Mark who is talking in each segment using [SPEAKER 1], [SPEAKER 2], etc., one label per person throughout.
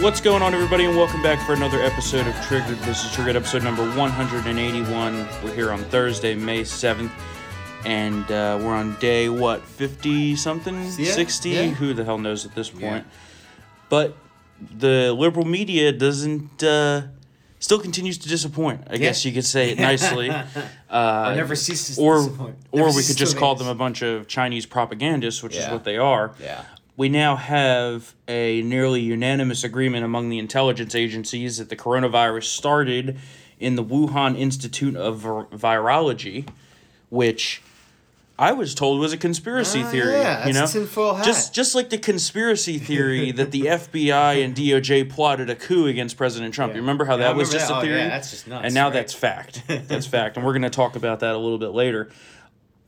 [SPEAKER 1] What's going on, everybody, and welcome back for another episode of Triggered. This is Triggered episode number 181. We're here on Thursday, May 7th, and uh, we're on day, what, 50 something?
[SPEAKER 2] Yeah,
[SPEAKER 1] 60?
[SPEAKER 2] yeah.
[SPEAKER 1] Who the hell knows at this point?
[SPEAKER 2] Yeah.
[SPEAKER 1] But the liberal media doesn't, uh, still continues to disappoint, I guess you could say it nicely. Uh,
[SPEAKER 2] I never ceases to
[SPEAKER 1] or
[SPEAKER 2] disappoint. Never
[SPEAKER 1] or we
[SPEAKER 2] ceases
[SPEAKER 1] could
[SPEAKER 2] to
[SPEAKER 1] just call
[SPEAKER 2] amaze.
[SPEAKER 1] them a bunch of Chinese propagandists, which is
[SPEAKER 2] Yeah.
[SPEAKER 1] what they are.
[SPEAKER 2] Yeah.
[SPEAKER 1] We now have a nearly unanimous agreement among the intelligence agencies that the coronavirus started in the Wuhan Institute of Vir- Virology, which I was told was a conspiracy
[SPEAKER 2] Ah,
[SPEAKER 1] theory.
[SPEAKER 2] yeah,
[SPEAKER 1] you know,
[SPEAKER 2] that's tinfoil hat.
[SPEAKER 1] just just like the conspiracy theory that the FBI and DOJ plotted a coup against President Trump. You remember how
[SPEAKER 2] Yeah, I
[SPEAKER 1] that was
[SPEAKER 2] remember
[SPEAKER 1] just
[SPEAKER 2] that.
[SPEAKER 1] a
[SPEAKER 2] Oh, yeah,
[SPEAKER 1] theory?
[SPEAKER 2] that's just nuts,
[SPEAKER 1] And now
[SPEAKER 2] right?
[SPEAKER 1] that's fact. That's fact, and we're going to talk about that a little bit later.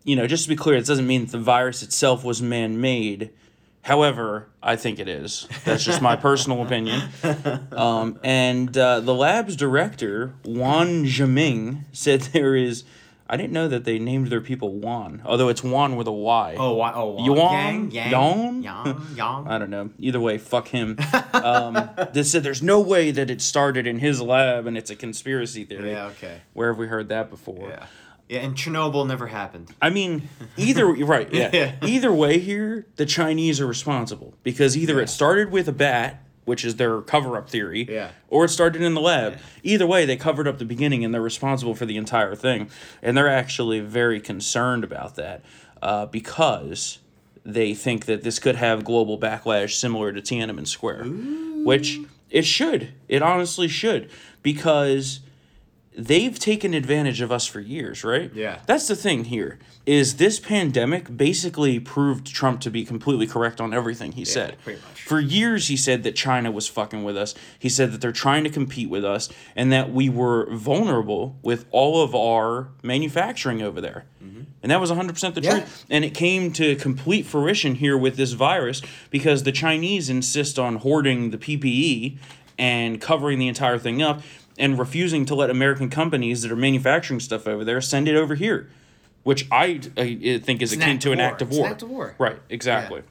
[SPEAKER 1] You know, just to be clear, it doesn't mean that the virus itself was man-made. However, I think it is. That's just my personal opinion. Um, and uh, the lab's director, Wan Jiming, said there is. I didn't know that they named their people Wan, although it's Wan with a Y.
[SPEAKER 2] Oh, why? Oh, why?
[SPEAKER 1] Yuan?
[SPEAKER 2] Yang, yang,
[SPEAKER 1] Yawn? Uh,
[SPEAKER 2] yang, yang.
[SPEAKER 1] I don't know. Either way, fuck him. um, they said there's no way that it started in his lab and it's a conspiracy theory.
[SPEAKER 2] Yeah. Okay.
[SPEAKER 1] Where have we heard that before?
[SPEAKER 2] Yeah. Yeah, and Chernobyl never happened.
[SPEAKER 1] I mean, either right, yeah.
[SPEAKER 2] Yeah.
[SPEAKER 1] Either way, here the Chinese are responsible because either it started with a bat, which is their cover-up theory,
[SPEAKER 2] Yeah.
[SPEAKER 1] or it started in the lab. Either way, they covered up the beginning and they're responsible for the entire thing, and they're actually very concerned about that uh, because they think that this could have global backlash similar to Tiananmen Square, which it should. It honestly should because they've taken advantage of us for years, right?
[SPEAKER 2] Yeah.
[SPEAKER 1] That's the thing here is this pandemic basically proved Trump to be completely correct on everything he said.
[SPEAKER 2] pretty much.
[SPEAKER 1] For years he said that China was fucking with us. He said that they're trying to compete with us and that we were vulnerable with all of our manufacturing over there. And that was 100% the
[SPEAKER 2] Yeah.
[SPEAKER 1] truth. And it came to complete fruition here with this virus because the Chinese insist on hoarding the PPE and covering the entire thing up and refusing to let American companies that are manufacturing stuff over there send it over here, which I, I think is
[SPEAKER 2] an
[SPEAKER 1] akin
[SPEAKER 2] act
[SPEAKER 1] to
[SPEAKER 2] of
[SPEAKER 1] an
[SPEAKER 2] war.
[SPEAKER 1] act of
[SPEAKER 2] It's an
[SPEAKER 1] war.
[SPEAKER 2] act of war.
[SPEAKER 1] Right, exactly.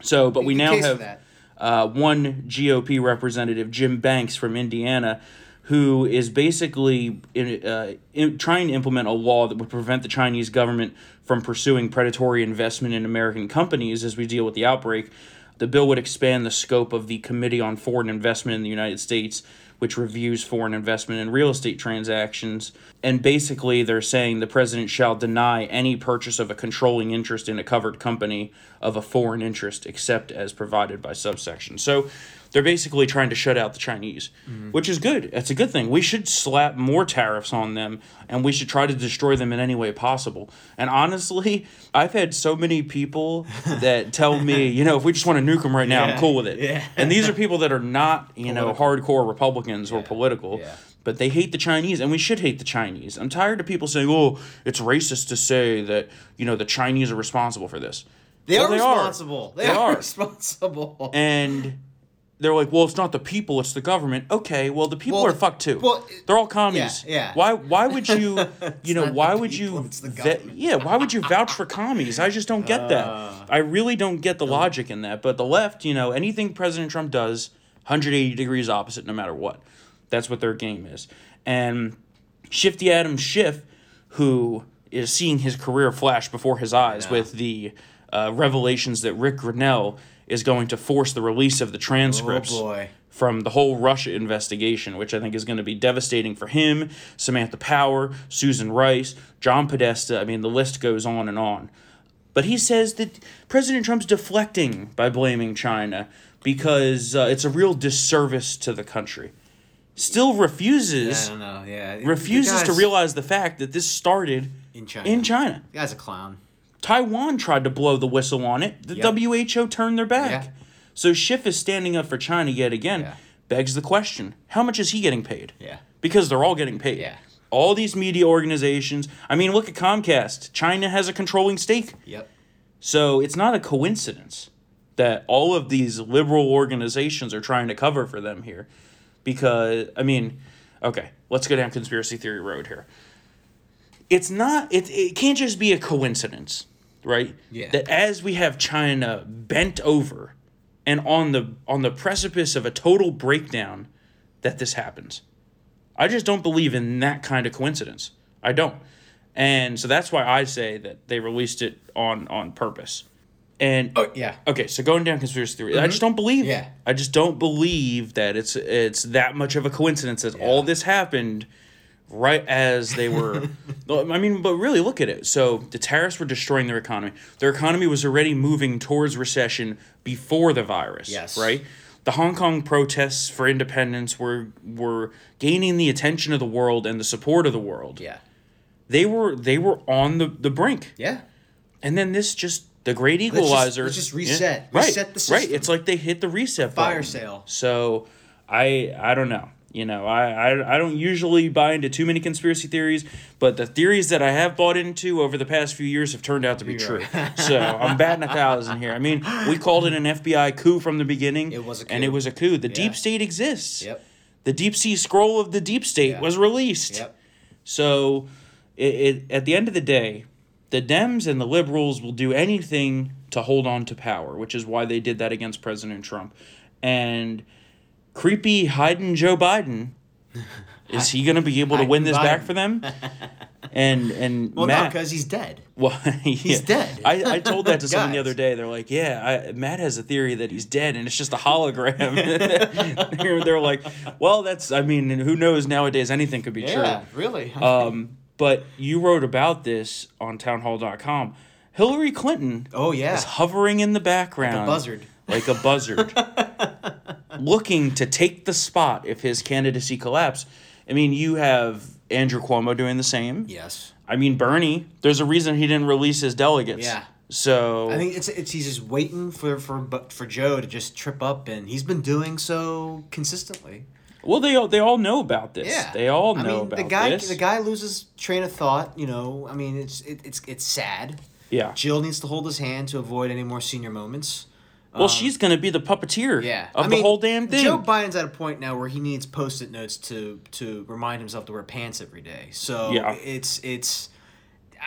[SPEAKER 1] So, but we now
[SPEAKER 2] Make the case for
[SPEAKER 1] have
[SPEAKER 2] that.
[SPEAKER 1] uh, one GOP representative, Jim Banks from Indiana, who is basically in, uh, in, trying to implement a law that would prevent the Chinese government from pursuing predatory investment in American companies as we deal with the outbreak. The bill would expand the scope of the Committee on Foreign Investment in the United States, which reviews foreign investment and real estate transactions. And basically, they're saying the president shall deny any purchase of a controlling interest in a covered company of a foreign interest except as provided by subsection. So they're basically trying to shut out the Chinese,
[SPEAKER 2] Mm-hmm.
[SPEAKER 1] which is good. That's a good thing. We should slap more tariffs on them and we should try to destroy them in any way possible. And honestly, I've had so many people that tell me, you know, if we just want to nuke them right now, I'm
[SPEAKER 2] Yeah.
[SPEAKER 1] cool with it.
[SPEAKER 2] Yeah.
[SPEAKER 1] And these are people that are not, you know, hardcore Republicans or political.
[SPEAKER 2] Yeah.
[SPEAKER 1] But they hate the Chinese, and we should hate the Chinese. I'm tired of people saying, "Oh, it's racist to say that you know the Chinese are responsible for this."
[SPEAKER 2] They,
[SPEAKER 1] Well,
[SPEAKER 2] are responsible. They, are, responsible.
[SPEAKER 1] and they're like, "Well, it's not the people; it's the government." Okay, well, the people
[SPEAKER 2] Well,
[SPEAKER 1] are fucked too.
[SPEAKER 2] well,
[SPEAKER 1] they're all commies.
[SPEAKER 2] yeah, yeah.
[SPEAKER 1] Why? Why would you? You know,
[SPEAKER 2] not
[SPEAKER 1] why
[SPEAKER 2] the
[SPEAKER 1] would
[SPEAKER 2] people,
[SPEAKER 1] you?
[SPEAKER 2] it's the
[SPEAKER 1] ve-
[SPEAKER 2] government. Uh,
[SPEAKER 1] yeah, why would you vouch for commies? I just don't get that. I really don't get the logic in that. But the left, you know, anything President Trump does, hundred eighty degrees opposite, no matter what. That's what their game is. And Shifty Adam Schiff, who is seeing his career flash before his eyes with the uh, revelations that Rick Grinnell is going to force the release of the transcripts
[SPEAKER 2] Oh, boy.
[SPEAKER 1] from the whole Russia investigation, which I think is going to be devastating for him, Samantha Power, Susan Rice, John Podesta. I mean, the list goes on and on. But he says that President Trump's deflecting by blaming China because uh, it's a real disservice to the country. Still
[SPEAKER 2] I
[SPEAKER 1] refuses
[SPEAKER 2] don't know. Yeah. The
[SPEAKER 1] refuses to
[SPEAKER 2] guy's-
[SPEAKER 1] realize the fact that this started
[SPEAKER 2] in China.
[SPEAKER 1] in China.
[SPEAKER 2] The guy's a clown.
[SPEAKER 1] Taiwan tried to blow the whistle on it. The
[SPEAKER 2] Yep.
[SPEAKER 1] WHO turned their back.
[SPEAKER 2] Yeah.
[SPEAKER 1] So Schiff is standing up for China yet again.
[SPEAKER 2] Yeah.
[SPEAKER 1] Begs the question: How much is he getting paid?
[SPEAKER 2] Yeah.
[SPEAKER 1] Because they're all getting paid.
[SPEAKER 2] Yeah.
[SPEAKER 1] All these media organizations. I mean, look at Comcast. China has a controlling stake.
[SPEAKER 2] Yep.
[SPEAKER 1] So it's not a coincidence that all of these liberal organizations are trying to cover for them here. Because, I mean, okay, let's go down conspiracy theory road here. It's not, it, it can't just be a coincidence, right?
[SPEAKER 2] Yeah.
[SPEAKER 1] That as we have China bent over and on the on the precipice of a total breakdown that this happens. I just don't believe in that kind of coincidence. I don't. And so that's why I say that they released it on on purpose. And
[SPEAKER 2] Oh yeah.
[SPEAKER 1] okay, so going down conspiracy theory, I just don't believe. it.
[SPEAKER 2] Mm-hmm. Yeah.
[SPEAKER 1] I just don't believe that it's it's that much of a coincidence that all this happened right as they were. No, I mean, but really look at it. So the tariffs were destroying their economy. Their economy was already moving towards recession before the virus.
[SPEAKER 2] Yes.
[SPEAKER 1] Right. The Hong Kong protests for independence were were gaining the attention of the world and the support of the world.
[SPEAKER 2] Yeah.
[SPEAKER 1] They were they were on the, the brink.
[SPEAKER 2] Yeah.
[SPEAKER 1] And then this just the great
[SPEAKER 2] just-
[SPEAKER 1] equalizer.
[SPEAKER 2] let's just
[SPEAKER 1] Yeah.
[SPEAKER 2] reset.
[SPEAKER 1] Right.
[SPEAKER 2] Reset the
[SPEAKER 1] Right.
[SPEAKER 2] system.
[SPEAKER 1] It's like they hit the reset
[SPEAKER 2] Fire
[SPEAKER 1] button.
[SPEAKER 2] sale.
[SPEAKER 1] So I I don't know. You know, I, I I don't usually buy into too many conspiracy theories, but the theories that I have bought into over the past few years have turned out to be true. so I'm batting a thousand here. I mean, we called it an FBI coup from the beginning.
[SPEAKER 2] It was a
[SPEAKER 1] And
[SPEAKER 2] coup.
[SPEAKER 1] it was a coup. The
[SPEAKER 2] Yeah.
[SPEAKER 1] deep state exists.
[SPEAKER 2] Yep.
[SPEAKER 1] The deep sea scroll of the deep state
[SPEAKER 2] Yeah.
[SPEAKER 1] was released.
[SPEAKER 2] Yep.
[SPEAKER 1] So, it, it at the end of the day, the Dems and the liberals will do anything to hold on to power, which is why they did that against President Trump. And creepy hiding Joe Biden, is he going to be able to win this back
[SPEAKER 2] Biden.
[SPEAKER 1] for them? And and
[SPEAKER 2] Well, no,
[SPEAKER 1] Matt,
[SPEAKER 2] because he's dead.
[SPEAKER 1] well, he's
[SPEAKER 2] dead.
[SPEAKER 1] I, I told that to someone the
[SPEAKER 2] Guys.
[SPEAKER 1] other day. They're like, "Yeah, I, Matt has a theory that he's dead, and it's just a hologram." They're- They're like, "Well, that's I mean, and who knows nowadays? Anything could be
[SPEAKER 2] Yeah.
[SPEAKER 1] true."
[SPEAKER 2] Really.
[SPEAKER 1] Um, but you wrote about this on townhall.com. Hillary Clinton
[SPEAKER 2] oh yeah.
[SPEAKER 1] is hovering in the background,
[SPEAKER 2] buzzard.
[SPEAKER 1] like a buzzard, looking to take the spot if his candidacy collapse. I mean, you have Andrew Cuomo doing the same.
[SPEAKER 2] Yes.
[SPEAKER 1] I mean, Bernie, there's a reason he didn't release his delegates.
[SPEAKER 2] Yeah.
[SPEAKER 1] So
[SPEAKER 2] I think it's it's he's just waiting for for but for Joe to just trip up, and he's been doing so consistently.
[SPEAKER 1] well, they all they all know about this.
[SPEAKER 2] Yeah,
[SPEAKER 1] They all know
[SPEAKER 2] I mean,
[SPEAKER 1] about
[SPEAKER 2] the guy.
[SPEAKER 1] this.
[SPEAKER 2] The guy loses train of thought. You know, I mean, it's it, it's it's sad.
[SPEAKER 1] yeah.
[SPEAKER 2] Jill needs to hold his hand to avoid any more senior moments.
[SPEAKER 1] Well, she's gonna be the puppeteer.
[SPEAKER 2] Um, Yeah,
[SPEAKER 1] Of
[SPEAKER 2] I
[SPEAKER 1] the
[SPEAKER 2] mean,
[SPEAKER 1] whole damn thing.
[SPEAKER 2] Joe Biden's at a point now where he needs post-it notes to to remind himself to wear pants every day. So
[SPEAKER 1] Yeah.
[SPEAKER 2] it's it's.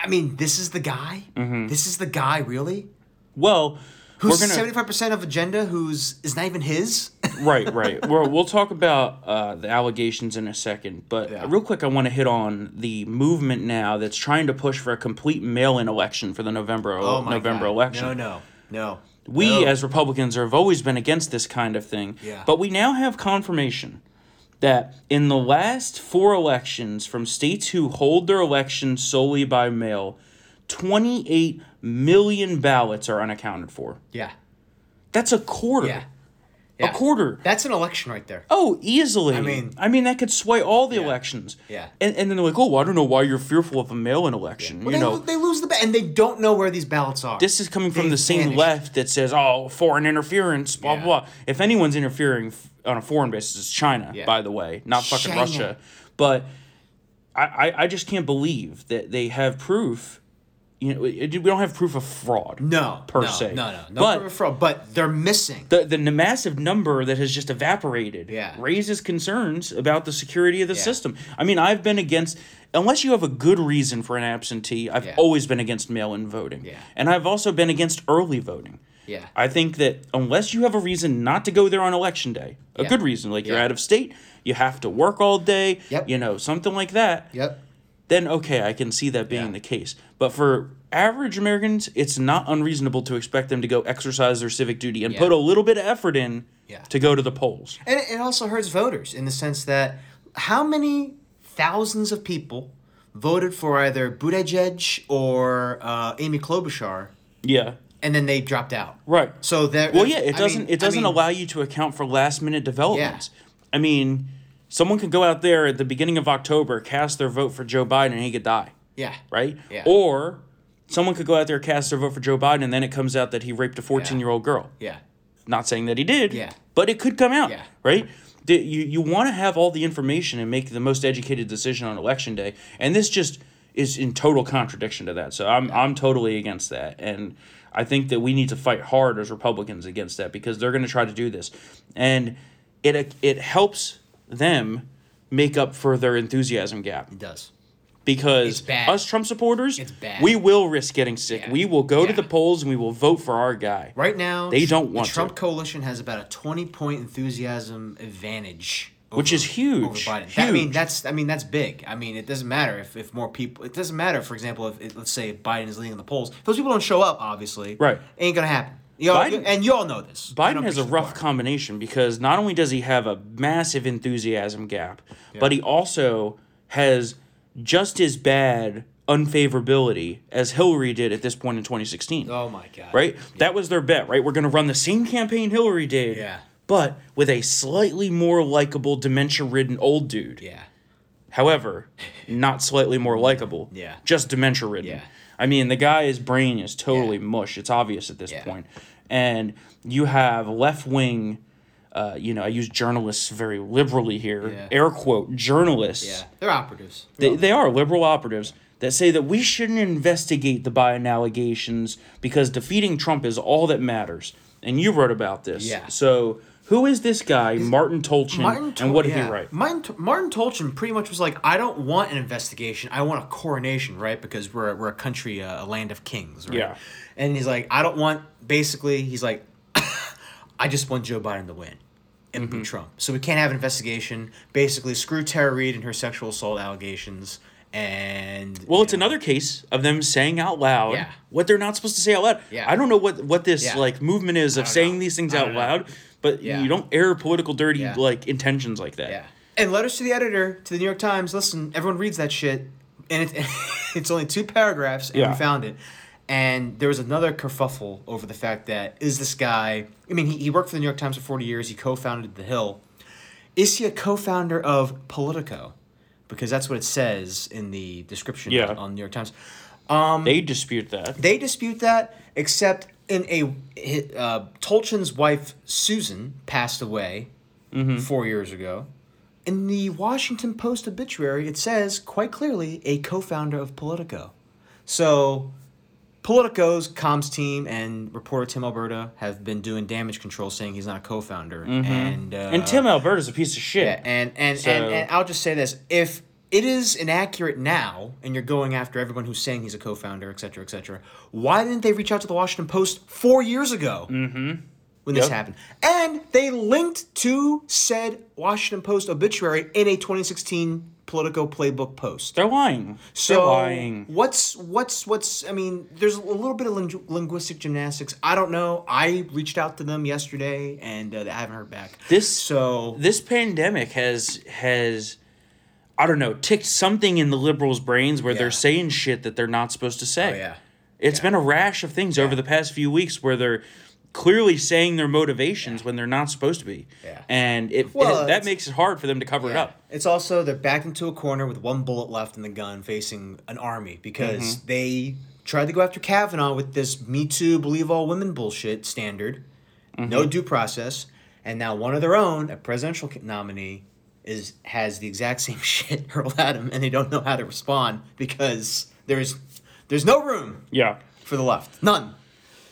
[SPEAKER 2] I mean, this is the guy. This is the guy, really.
[SPEAKER 1] well, Mm-hmm. we're
[SPEAKER 2] Who's
[SPEAKER 1] gonna Oh,
[SPEAKER 2] seventy-five percent of agenda? Who's is not even his?
[SPEAKER 1] right, right. We're, we'll talk about uh, the allegations in a second, but
[SPEAKER 2] Yeah.
[SPEAKER 1] real quick, I want to hit on the movement now that's trying to push for a complete mail-in election for the November November
[SPEAKER 2] Oh God.
[SPEAKER 1] election.
[SPEAKER 2] No, no, no.
[SPEAKER 1] We
[SPEAKER 2] No.
[SPEAKER 1] as Republicans have always been against this kind of thing.
[SPEAKER 2] Yeah.
[SPEAKER 1] But we now have confirmation that in the last four elections from states who hold their elections solely by mail, 28 million ballots are unaccounted for.
[SPEAKER 2] yeah,
[SPEAKER 1] That's a quarter.
[SPEAKER 2] yeah,
[SPEAKER 1] A
[SPEAKER 2] yeah.
[SPEAKER 1] quarter.
[SPEAKER 2] That's an election right there.
[SPEAKER 1] Oh, easily. I
[SPEAKER 2] mean-
[SPEAKER 1] I mean that could sway all the elections.
[SPEAKER 2] Yeah.
[SPEAKER 1] And, and then they're like, "Oh, well, I don't know why you're fearful of a mail-in election."
[SPEAKER 2] Well,
[SPEAKER 1] you
[SPEAKER 2] they,
[SPEAKER 1] know,
[SPEAKER 2] lo- they lose the ba- and they don't know where these ballots are.
[SPEAKER 1] this is coming from
[SPEAKER 2] They
[SPEAKER 1] the same
[SPEAKER 2] vanished.
[SPEAKER 1] left that says, "Oh, foreign interference, blah
[SPEAKER 2] Yeah.
[SPEAKER 1] blah." If anyone's interfering f- on a foreign basis, it's China,
[SPEAKER 2] Yeah.
[SPEAKER 1] by the way, not fucking
[SPEAKER 2] China.
[SPEAKER 1] Russia. But I, I, I just can't believe that they have proof. You know, it- we don't have proof of fraud.
[SPEAKER 2] no
[SPEAKER 1] per
[SPEAKER 2] no,
[SPEAKER 1] se.
[SPEAKER 2] No, no, no.
[SPEAKER 1] But-
[SPEAKER 2] But, fraud, but they're missing.
[SPEAKER 1] The, the n- massive number that has just evaporated
[SPEAKER 2] Yeah.
[SPEAKER 1] raises concerns about the security of the
[SPEAKER 2] Yeah.
[SPEAKER 1] system. I mean, I've been against, unless you have a good reason for an absentee, I've
[SPEAKER 2] Yeah.
[SPEAKER 1] always been against mail in voting.
[SPEAKER 2] Yeah.
[SPEAKER 1] And I've also been against early voting.
[SPEAKER 2] yeah,
[SPEAKER 1] I think that unless you have a reason not to go there on election day, a
[SPEAKER 2] Yeah.
[SPEAKER 1] good reason, like you're
[SPEAKER 2] Yeah.
[SPEAKER 1] out of state, you have to work all day,
[SPEAKER 2] Yep.
[SPEAKER 1] you know, something like that,
[SPEAKER 2] yep.
[SPEAKER 1] then okay, I can see that being
[SPEAKER 2] Yeah.
[SPEAKER 1] the case. But for average Americans, it's not unreasonable to expect them to go exercise their civic duty and
[SPEAKER 2] Yeah.
[SPEAKER 1] put a little bit of effort in
[SPEAKER 2] Yeah.
[SPEAKER 1] to go to the polls.
[SPEAKER 2] And it- it also hurts voters in the sense that how many thousands of people voted for either Buttigieg or uh, Amy Klobuchar,
[SPEAKER 1] Yeah.
[SPEAKER 2] and then they dropped out.
[SPEAKER 1] Right.
[SPEAKER 2] So there.
[SPEAKER 1] Well, yeah, it
[SPEAKER 2] I
[SPEAKER 1] doesn't
[SPEAKER 2] mean-
[SPEAKER 1] it
[SPEAKER 2] I
[SPEAKER 1] doesn't
[SPEAKER 2] mean,
[SPEAKER 1] allow you to account for last minute developments. I mean, someone could go out there at the beginning of October, cast their vote for Joe Biden and he could die.
[SPEAKER 2] Yeah.
[SPEAKER 1] right?
[SPEAKER 2] Yeah.
[SPEAKER 1] Or someone could go out there cast their vote for Joe Biden, and then it comes out that he raped a fourteen year old girl.
[SPEAKER 2] Yeah.
[SPEAKER 1] Not saying that he did.
[SPEAKER 2] Yeah.
[SPEAKER 1] But it could come out.
[SPEAKER 2] Yeah.
[SPEAKER 1] Right. The- you you want to have all the information and make the most educated decision on election day, and this just is in total contradiction to that. So I'm I'm totally against that, and I think that we need to fight hard as Republicans against that because they're going to try to do this, and it it helps them make up for their enthusiasm gap
[SPEAKER 2] It does.
[SPEAKER 1] because
[SPEAKER 3] bad.
[SPEAKER 1] us Trump supporters,
[SPEAKER 3] It's bad.
[SPEAKER 1] we will risk getting sick.
[SPEAKER 3] Yeah.
[SPEAKER 1] We will go to
[SPEAKER 3] Yeah.
[SPEAKER 1] the polls and we will vote for our guy.
[SPEAKER 2] Right now,
[SPEAKER 1] They don't want
[SPEAKER 2] the
[SPEAKER 1] to.
[SPEAKER 2] Trump coalition has about a twenty point enthusiasm advantage,
[SPEAKER 1] Which is huge.
[SPEAKER 2] Over Biden. That- I mean,
[SPEAKER 1] Huge.
[SPEAKER 2] that's I mean that's big. I mean, it doesn't matter if, if more people. It doesn't matter, for example, if, if let's say if Biden is leading the polls, if those people don't show up. Obviously,
[SPEAKER 1] Right.
[SPEAKER 2] Ain't gonna happen. Y'all,
[SPEAKER 1] Biden-
[SPEAKER 2] and you all know this. I
[SPEAKER 1] Biden
[SPEAKER 2] don't
[SPEAKER 1] has a
[SPEAKER 2] preach to the
[SPEAKER 1] rough
[SPEAKER 2] choir.
[SPEAKER 1] combination because not only does he have a massive enthusiasm gap, but he also has just as bad unfavorability as Hillary did at this point in 2016.
[SPEAKER 2] Oh my god.
[SPEAKER 1] right? That was their bet, right? We're going to run the same campaign Hillary did.
[SPEAKER 2] Yeah.
[SPEAKER 1] But with a slightly more likable, dementia ridden old dude.
[SPEAKER 2] Yeah.
[SPEAKER 1] However, not slightly more likable.
[SPEAKER 2] Yeah.
[SPEAKER 1] Just dementia ridden.
[SPEAKER 2] Yeah.
[SPEAKER 1] I mean, the guy's brain is totally
[SPEAKER 2] Yeah.
[SPEAKER 1] mush. It's obvious at this
[SPEAKER 2] Yeah.
[SPEAKER 1] point. And you have left wing, uh, you know, I use journalists very liberally here,
[SPEAKER 2] Yeah.
[SPEAKER 1] air quote, journalists.
[SPEAKER 2] Yeah. They're operatives.
[SPEAKER 1] They, they are liberal operatives that say that we shouldn't investigate the Biden allegations because defeating Trump is all that matters. And you wrote about this.
[SPEAKER 2] Yeah.
[SPEAKER 1] So who is this guy, Martin Tolchin,
[SPEAKER 2] Martin Tol-
[SPEAKER 1] and what did
[SPEAKER 2] yeah.
[SPEAKER 1] he write?
[SPEAKER 2] Martin, T- Martin Tolchin pretty much was like, I don't want an investigation. I want a coronation, right? Because we're, we're a country, uh, a land of kings, right?
[SPEAKER 1] Yeah.
[SPEAKER 2] And he's like, I don't want, basically, he's like, I just want Joe Biden to win and
[SPEAKER 1] Mm-hmm.
[SPEAKER 2] beat Trump. So we can't have an investigation. Basically, screw Tara Reid and her sexual assault allegations. And
[SPEAKER 1] Well, it's another case of them saying out loud
[SPEAKER 2] Yeah.
[SPEAKER 1] what they're not supposed to say out loud.
[SPEAKER 2] Yeah.
[SPEAKER 1] I don't know what, what this
[SPEAKER 2] Yeah.
[SPEAKER 1] like movement is of
[SPEAKER 2] don't
[SPEAKER 1] saying
[SPEAKER 2] know.
[SPEAKER 1] these things
[SPEAKER 2] I
[SPEAKER 1] out
[SPEAKER 2] don't know.
[SPEAKER 1] loud, but
[SPEAKER 2] Yeah.
[SPEAKER 1] you don't air political dirty
[SPEAKER 2] Yeah.
[SPEAKER 1] like intentions like that.
[SPEAKER 2] Yeah. And letters to the editor, to the New York Times. Listen, everyone reads that shit, and it, it's only two paragraphs, and
[SPEAKER 1] Yeah.
[SPEAKER 2] we found it. And there was another kerfuffle over the fact that is this guy? I mean, he, he worked for the New York Times for forty years. He co-founded The Hill. Is he a co-founder of Politico? Because that's what it says in the description
[SPEAKER 1] Yeah.
[SPEAKER 2] on the New York Times.
[SPEAKER 1] They dispute that.
[SPEAKER 2] They dispute that, except in a hi- uh, Tolchin's wife Susan passed away
[SPEAKER 1] Mm-hmm.
[SPEAKER 2] four years ago. In the Washington Post obituary, it says quite clearly a co-founder of Politico. So, Politico's comms team and reporter Tim Alberta have been doing damage control, saying he's not a co-founder. And uh,
[SPEAKER 1] Mm-hmm. and Tim Alberta's a piece of shit.
[SPEAKER 2] yeah, and and, and
[SPEAKER 1] So-
[SPEAKER 2] and I'll just say this: if it is inaccurate now, and you're going after everyone who's saying he's a co-founder, et cetera, et cetera, why didn't they reach out to the Washington Post four years ago when this
[SPEAKER 1] Mm-hmm. Yep.
[SPEAKER 2] happened? And they linked to said Washington Post obituary in a 2016 Politico playbook post.
[SPEAKER 1] They're lying.
[SPEAKER 2] So
[SPEAKER 1] They're lying.
[SPEAKER 2] what's what's what's I mean? There's a little bit of ling- linguistic gymnastics. I don't know. I reached out to them yesterday, and uh, they haven't heard back.
[SPEAKER 1] This
[SPEAKER 2] so
[SPEAKER 1] this pandemic has has I don't know, ticked something in the liberals' brains where
[SPEAKER 2] Yeah.
[SPEAKER 1] they're saying shit that they're not supposed to say.
[SPEAKER 2] Oh, yeah.
[SPEAKER 1] It's been a rash of things over the past few weeks where they're clearly saying their motivations when they're not supposed to be.
[SPEAKER 2] Yeah.
[SPEAKER 1] And it,
[SPEAKER 2] Well,
[SPEAKER 1] it- that
[SPEAKER 2] it's-
[SPEAKER 1] makes it hard for them to cover it up.
[SPEAKER 2] It's also they're backed into a corner with one bullet left in the gun, facing an army because they tried to go after Kavanaugh with this "Me Too, believe all women" bullshit standard, no due process, and now one of their own, a presidential ca- nominee, is has the exact same shit hurled at him, and they don't know how to respond because there's there's no room
[SPEAKER 1] Yeah.
[SPEAKER 2] for the left, none.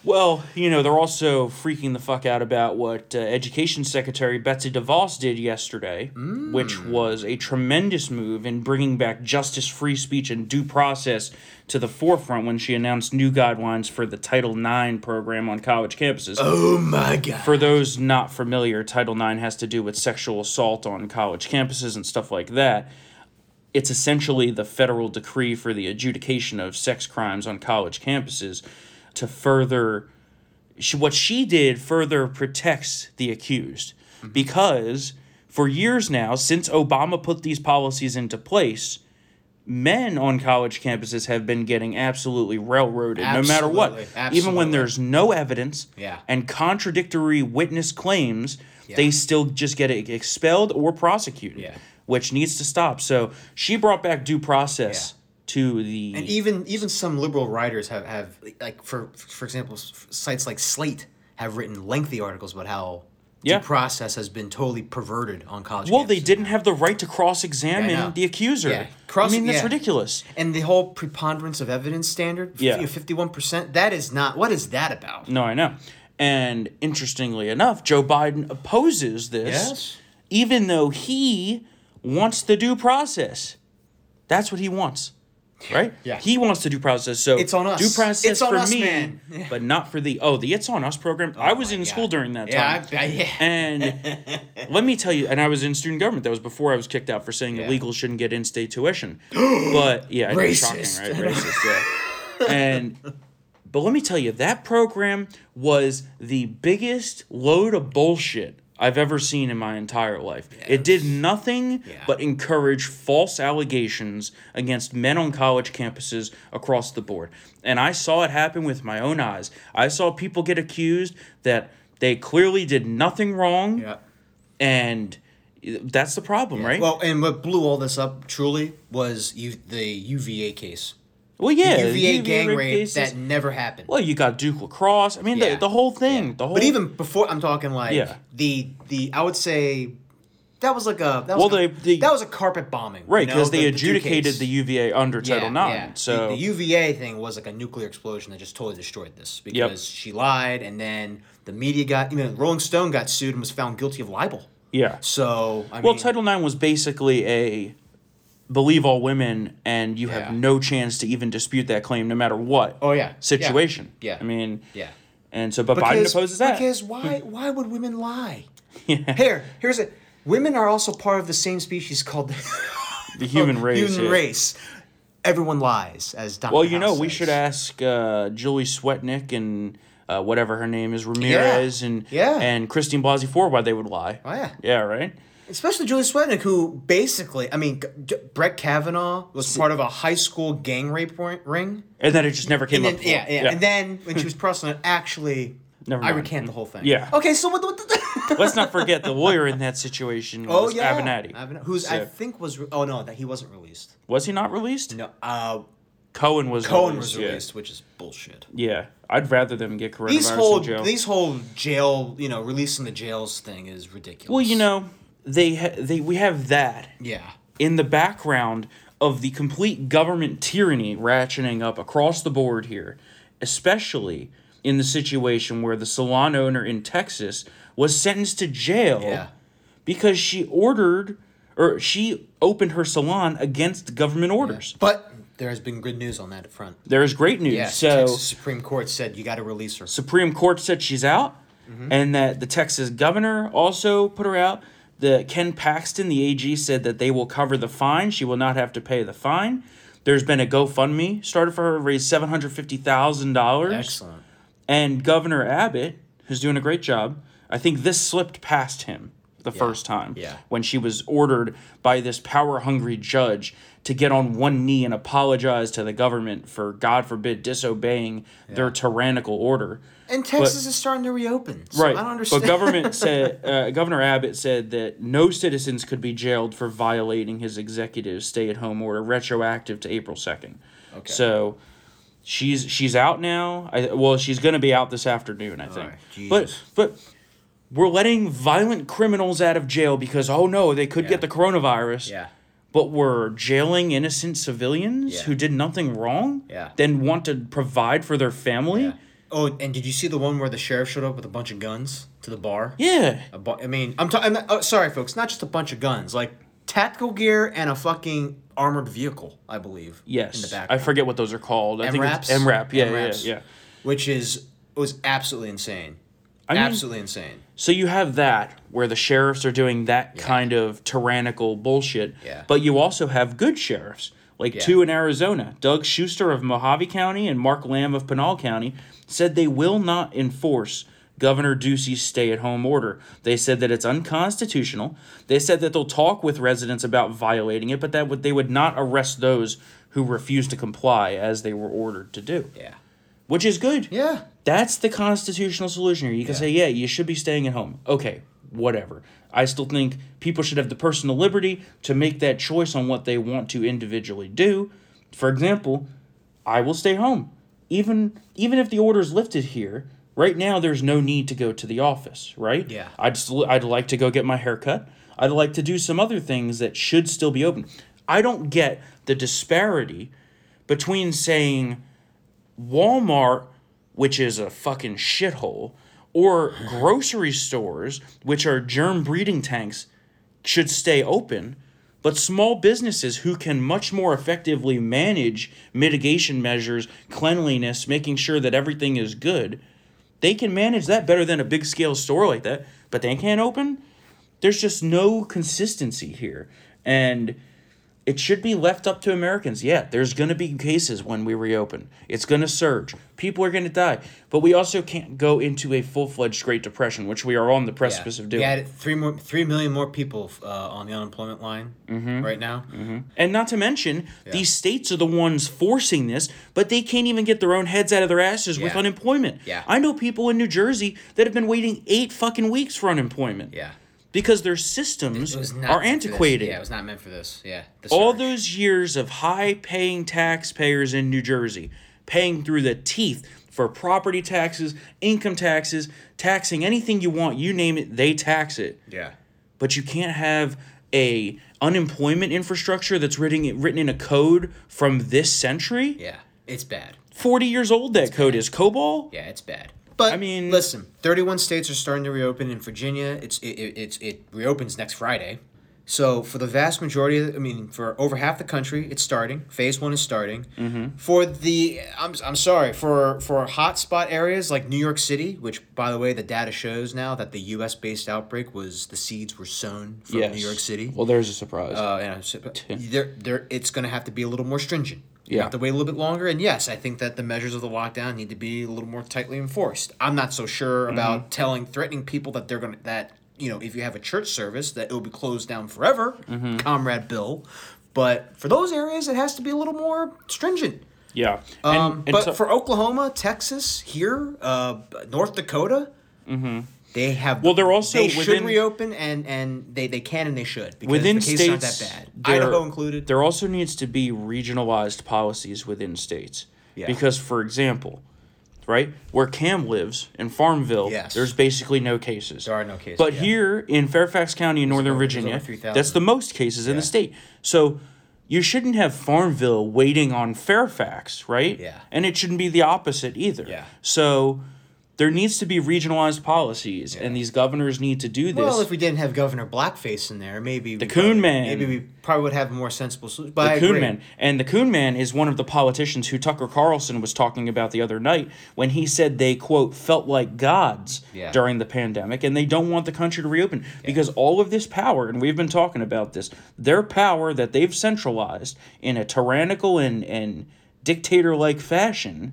[SPEAKER 1] Well, you know, they're also freaking the fuck out about what uh, Education Secretary Betsy DeVos did yesterday,
[SPEAKER 2] Mm.
[SPEAKER 1] which was a tremendous move in bringing back justice, free speech, and due process to the forefront when she announced new guidelines for the Title IX program on college campuses.
[SPEAKER 2] Oh my god.
[SPEAKER 1] For those not familiar, Title IX has to do with sexual assault on college campuses and stuff like that. It's essentially the federal decree for the adjudication of sex crimes on college campuses to further. She, what she did further protects the accused
[SPEAKER 2] Mm-hmm.
[SPEAKER 1] because for years now, since Obama put these policies into place, men on college campuses have been getting absolutely railroaded no matter what.
[SPEAKER 2] Absolutely,
[SPEAKER 1] Even when
[SPEAKER 2] absolutely.
[SPEAKER 1] there's no evidence
[SPEAKER 2] Yeah.
[SPEAKER 1] and contradictory witness claims, they still just get e- expelled or prosecuted,
[SPEAKER 2] Yeah.
[SPEAKER 1] which needs to stop. So she brought back due process
[SPEAKER 2] Yeah.
[SPEAKER 1] to the.
[SPEAKER 2] and even even some liberal writers have have like for for example s- sites like slate have written lengthy articles about how
[SPEAKER 1] Yeah.
[SPEAKER 2] due process has been totally perverted on college
[SPEAKER 1] well, they
[SPEAKER 2] campuses.
[SPEAKER 1] didn't have the right to cross
[SPEAKER 2] Yeah, I know.
[SPEAKER 1] examine the accuser.
[SPEAKER 2] Yeah. Cross-
[SPEAKER 1] I mean, that's
[SPEAKER 2] yeah.
[SPEAKER 1] ridiculous.
[SPEAKER 2] and the whole preponderance of evidence standard
[SPEAKER 1] Yeah.
[SPEAKER 2] 51% that is not what is that about
[SPEAKER 1] No, I know. And interestingly enough, Joe Biden opposes this,
[SPEAKER 2] Yes.
[SPEAKER 1] even though he wants the due process. That's what he wants. right?
[SPEAKER 2] Yeah.
[SPEAKER 1] He wants to due process. So
[SPEAKER 2] It's on us.
[SPEAKER 1] Due process
[SPEAKER 2] It's on
[SPEAKER 1] for
[SPEAKER 2] us,
[SPEAKER 1] me,
[SPEAKER 2] man.
[SPEAKER 1] but not for the oh the it's on us program. I was
[SPEAKER 2] Oh my
[SPEAKER 1] in
[SPEAKER 2] God.
[SPEAKER 1] school during that
[SPEAKER 2] Yeah,
[SPEAKER 1] time.
[SPEAKER 2] I, I, yeah.
[SPEAKER 1] and let me tell you, and I was in student government. That was before I was kicked out for saying illegals shouldn't get in-state tuition. but yeah, I know,
[SPEAKER 2] Racist.
[SPEAKER 1] shocking, right? Racist, yeah. and but let me tell you, that program was the biggest load of bullshit I've ever seen in my entire life. It did nothing but encourage false allegations against men on college campuses across the board. And I saw it happen with my own eyes. I saw people get accused that they clearly did nothing wrong,
[SPEAKER 2] yeah.
[SPEAKER 1] and that's the problem, right? Well,
[SPEAKER 2] Well, and what blew all this up truly was U- the UVA case.
[SPEAKER 1] yeah, the
[SPEAKER 2] UVA, gang
[SPEAKER 1] rape
[SPEAKER 2] rape
[SPEAKER 1] cases.
[SPEAKER 2] that never happened.
[SPEAKER 1] well, you got Duke lacrosse. I mean,
[SPEAKER 2] Yeah.
[SPEAKER 1] the, the whole thing, the whole.
[SPEAKER 2] But even before, I'm talking like
[SPEAKER 1] Yeah.
[SPEAKER 2] the the I would say that was like a that was
[SPEAKER 1] Well,
[SPEAKER 2] like a-
[SPEAKER 1] they- they-
[SPEAKER 2] that was a carpet bombing,
[SPEAKER 1] Right, because they
[SPEAKER 2] Duke
[SPEAKER 1] adjudicated
[SPEAKER 2] case.
[SPEAKER 1] the, UVA under Title
[SPEAKER 2] Yeah,
[SPEAKER 1] IX.
[SPEAKER 2] yeah. The-
[SPEAKER 1] So
[SPEAKER 2] the, UVA thing was like a nuclear explosion that just totally destroyed this because she lied, and then the media got you know Rolling Stone got sued and was found guilty of libel.
[SPEAKER 1] yeah.
[SPEAKER 2] So I
[SPEAKER 1] Well,
[SPEAKER 2] mean,
[SPEAKER 1] Title IX was basically a believe all women, and you have
[SPEAKER 2] Yeah.
[SPEAKER 1] no chance to even dispute that claim, no matter what.
[SPEAKER 2] Oh, yeah.
[SPEAKER 1] Situation.
[SPEAKER 2] Yeah. Yeah.
[SPEAKER 1] I mean.
[SPEAKER 2] yeah.
[SPEAKER 1] And so, but Biden
[SPEAKER 2] Because-
[SPEAKER 1] opposes that.
[SPEAKER 2] Because why why would women lie? Here, here's a women are also part of the same species called the
[SPEAKER 1] the human race.
[SPEAKER 2] Oh, human
[SPEAKER 1] yeah.
[SPEAKER 2] race. Everyone lies, as Dr.
[SPEAKER 1] Well, you know,
[SPEAKER 2] House
[SPEAKER 1] we
[SPEAKER 2] says.
[SPEAKER 1] should ask uh, Julie Swetnick and uh, whatever her name is, Ramirez, and
[SPEAKER 2] Yeah.
[SPEAKER 1] and Christine Blasey Ford, why they would lie.
[SPEAKER 2] Oh, yeah.
[SPEAKER 1] Yeah. Right.
[SPEAKER 2] Especially Julie Swednick, who basically, I mean, G- Brett Kavanaugh was part of a high school gang rape ri- ring.
[SPEAKER 1] And then it just never came
[SPEAKER 2] And then,
[SPEAKER 1] up.
[SPEAKER 2] yeah,
[SPEAKER 1] before.
[SPEAKER 2] yeah, And then when she was pressing it, actually,
[SPEAKER 1] Never
[SPEAKER 2] I
[SPEAKER 1] mind.
[SPEAKER 2] recant the whole thing.
[SPEAKER 1] Yeah.
[SPEAKER 2] Okay, so what? what the,
[SPEAKER 1] Let's not forget the lawyer in that situation
[SPEAKER 2] oh
[SPEAKER 1] was
[SPEAKER 2] yeah,
[SPEAKER 1] Avenatti.
[SPEAKER 2] Avenatti, who's I
[SPEAKER 1] So-
[SPEAKER 2] think was. Re- oh no, that he wasn't released.
[SPEAKER 1] Was he not released?
[SPEAKER 2] No, uh,
[SPEAKER 1] Cohen was.
[SPEAKER 2] Cohen
[SPEAKER 1] released,
[SPEAKER 2] was
[SPEAKER 1] yeah.
[SPEAKER 2] released, which is bullshit.
[SPEAKER 1] Yeah. I'd rather them get coronavirus
[SPEAKER 2] These whole
[SPEAKER 1] in jail.
[SPEAKER 2] these whole jail, you know, releasing the jails thing is ridiculous.
[SPEAKER 1] well, you know, they ha- they we have that
[SPEAKER 2] Yeah.
[SPEAKER 1] in the background of the complete government tyranny ratcheting up across the board here, especially in the situation where the salon owner in Texas was sentenced to jail
[SPEAKER 2] Yeah.
[SPEAKER 1] because she ordered or she opened her salon against government orders.
[SPEAKER 2] But there has been good news on that front.
[SPEAKER 1] There is great news.
[SPEAKER 2] Yes,
[SPEAKER 1] so
[SPEAKER 2] Texas Supreme Court said you got to release her.
[SPEAKER 1] Supreme Court said she's out,
[SPEAKER 2] Mm-hmm.
[SPEAKER 1] and that the Texas governor also put her out. The Ken Paxton, the AG, said that they will cover the fine. She will not have to pay the fine. There's been a GoFundMe started for her, raised seven hundred fifty thousand dollars.
[SPEAKER 2] Excellent.
[SPEAKER 1] And Governor Abbott, who's doing a great job, I think this slipped past him the first time
[SPEAKER 2] yeah.
[SPEAKER 1] when she was ordered by this power hungry judge to get on one knee and apologize to the government for, God forbid, disobeying their tyrannical order.
[SPEAKER 2] And Texas is starting to reopen. So
[SPEAKER 1] Right.
[SPEAKER 2] I don't understand.
[SPEAKER 1] But government said uh, Governor Abbott said that no citizens could be jailed for violating his executive stay-at-home order retroactive to April 2nd. Okay. So she's she's out now. I, well, she's going to be out this afternoon, I think.
[SPEAKER 2] right. Jesus.
[SPEAKER 1] But but we're letting violent criminals out of jail because oh no, they could
[SPEAKER 2] Yeah.
[SPEAKER 1] get the coronavirus.
[SPEAKER 2] yeah.
[SPEAKER 1] But we're jailing innocent civilians
[SPEAKER 2] Yeah.
[SPEAKER 1] who did nothing wrong,
[SPEAKER 2] Yeah.
[SPEAKER 1] then want to provide for their family.
[SPEAKER 2] Yeah. Oh, and did you see the one where the sheriff showed up with a bunch of guns to the bar?
[SPEAKER 1] yeah.
[SPEAKER 2] A bu- I mean, I'm talking. Oh, sorry, folks. Not just a bunch of guns, like tactical gear and a fucking armored vehicle, I believe.
[SPEAKER 1] Yes,
[SPEAKER 2] In the
[SPEAKER 1] I
[SPEAKER 2] background.
[SPEAKER 1] forget what those are called. I think
[SPEAKER 2] MRAPs.
[SPEAKER 1] it's MRAP. Yeah,
[SPEAKER 2] MRAPs,
[SPEAKER 1] yeah, yeah.
[SPEAKER 2] Which is was absolutely insane.
[SPEAKER 1] mean-
[SPEAKER 2] absolutely insane.
[SPEAKER 1] So you have that where the sheriffs are doing that kind of tyrannical bullshit.
[SPEAKER 2] Yeah.
[SPEAKER 1] But you also have good sheriffs, like two in Arizona. Doug Schuster of Mojave County and Mark Lamb of Pinal County said they will not enforce Governor Ducey's stay at home order. They said that it's unconstitutional. They said that they'll talk with residents about violating it, but that would, they would not arrest those who refuse to comply as they were ordered to do,
[SPEAKER 2] Yeah.
[SPEAKER 1] which is good.
[SPEAKER 2] Yeah.
[SPEAKER 1] That's the constitutional solution here. You can say, yeah, you should be staying at home. Okay, whatever. I still think people should have the personal liberty to make that choice on what they want to individually do. For example, I will stay home. Even even if the order is lifted here, right now there's no need to go to the office, right?
[SPEAKER 2] Yeah.
[SPEAKER 1] I'd still I'd like to go get my haircut. I'd like to do some other things that should still be open. I don't get the disparity between saying Walmart, which is a fucking shithole, or grocery stores, which are germ breeding tanks, should stay open. but small businesses who can much more effectively manage mitigation measures, cleanliness, making sure that everything is good. They can manage that better than a big scale store like that, but they can't open. There's just no consistency here. And it should be left up to Americans. Yeah, there's going to be cases when we reopen. It's going to surge. People are going to die. But we also can't go into a full fledged Great Depression, which we are on the precipice of doing.
[SPEAKER 2] We added three more, three million more people uh, on the unemployment line right now.
[SPEAKER 1] And not to mention, these states are the ones forcing this, but they can't even get their own heads out of their asses with
[SPEAKER 2] Yeah.
[SPEAKER 1] unemployment.
[SPEAKER 2] Yeah.
[SPEAKER 1] I know people in New Jersey that have been waiting eight fucking weeks for unemployment.
[SPEAKER 2] Yeah,
[SPEAKER 1] Because their
[SPEAKER 2] it was
[SPEAKER 1] systems
[SPEAKER 2] not
[SPEAKER 1] are
[SPEAKER 2] meant for this.
[SPEAKER 1] antiquated.
[SPEAKER 2] Yeah, it was not meant for this. Yeah, the
[SPEAKER 1] All
[SPEAKER 2] surge.
[SPEAKER 1] those years of high paying taxpayers in New Jersey paying through the teeth for property taxes, income taxes, taxing anything you want, you name it, they tax it
[SPEAKER 2] Yeah,
[SPEAKER 1] but you can't have a unemployment infrastructure that's written written in a code from this century.
[SPEAKER 2] yeah, it's bad.
[SPEAKER 1] Forty years old that code is COBOL.
[SPEAKER 2] Yeah, it's bad. But
[SPEAKER 1] I mean-
[SPEAKER 2] listen, thirty-one states are starting to reopen. In Virginia, it's it, it, it's it reopens next Friday. So for the vast majority, of, I mean, for over half the country, it's starting. Phase one is starting.
[SPEAKER 1] Mm-hmm.
[SPEAKER 2] For the, I'm, I'm sorry, for for hotspot areas like New York City, which by the way, the data shows now that the U.S. based outbreak was the seeds were sown from
[SPEAKER 1] Yes.
[SPEAKER 2] New York City.
[SPEAKER 1] Well, there's a surprise.
[SPEAKER 2] Uh, and I said, but there, there, it's going to have to be a little more stringent. You
[SPEAKER 1] Yeah.
[SPEAKER 2] have to wait a little bit longer. And yes, I think that the measures of the lockdown need to be a little more tightly enforced. I'm not so sure about telling, threatening people that they're going to, that, you know, if you have a church service, that it'll be closed down forever, Comrade Bill. But for those areas, it has to be a little more stringent.
[SPEAKER 1] yeah.
[SPEAKER 2] Um,
[SPEAKER 1] and, and
[SPEAKER 2] but
[SPEAKER 1] so-
[SPEAKER 2] for Oklahoma, Texas, here, uh, North Dakota, they have.
[SPEAKER 1] Mm-hmm. Well, they're also
[SPEAKER 2] they should
[SPEAKER 1] within-
[SPEAKER 2] reopen, and and they, they can and they should because
[SPEAKER 1] within
[SPEAKER 2] the cases
[SPEAKER 1] states,
[SPEAKER 2] aren't that bad.
[SPEAKER 1] there-
[SPEAKER 2] Idaho included.
[SPEAKER 1] There also needs to be regionalized policies within states.
[SPEAKER 2] Yeah.
[SPEAKER 1] Because, for example, right where Cam lives in Farmville,
[SPEAKER 2] Yes.
[SPEAKER 1] there's basically no cases.
[SPEAKER 2] There are no cases,
[SPEAKER 1] But
[SPEAKER 2] yeah.
[SPEAKER 1] here in Fairfax County in Northern
[SPEAKER 2] over- there's
[SPEAKER 1] Virginia,
[SPEAKER 2] over 3,000.
[SPEAKER 1] that's the most cases in the state. So. You shouldn't have Farmville waiting on Fairfax, right?
[SPEAKER 2] Yeah.
[SPEAKER 1] And it shouldn't be the opposite either.
[SPEAKER 2] Yeah.
[SPEAKER 1] So there needs to be regionalized policies, and these governors need to do this.
[SPEAKER 2] Well, if we didn't have Governor Blackface in there, maybe the
[SPEAKER 1] Coon Man.
[SPEAKER 2] Maybe we probably would have a more sensible solution. But I
[SPEAKER 1] The Coon
[SPEAKER 2] agree.
[SPEAKER 1] Man. And the Coon Man is one of the politicians who Tucker Carlson was talking about the other night when he said they, quote, felt like gods
[SPEAKER 2] Yeah.
[SPEAKER 1] during the pandemic and they don't want the country to reopen because all of this power, and we've been talking about this, their power that they've centralized in a tyrannical and, and dictator like fashion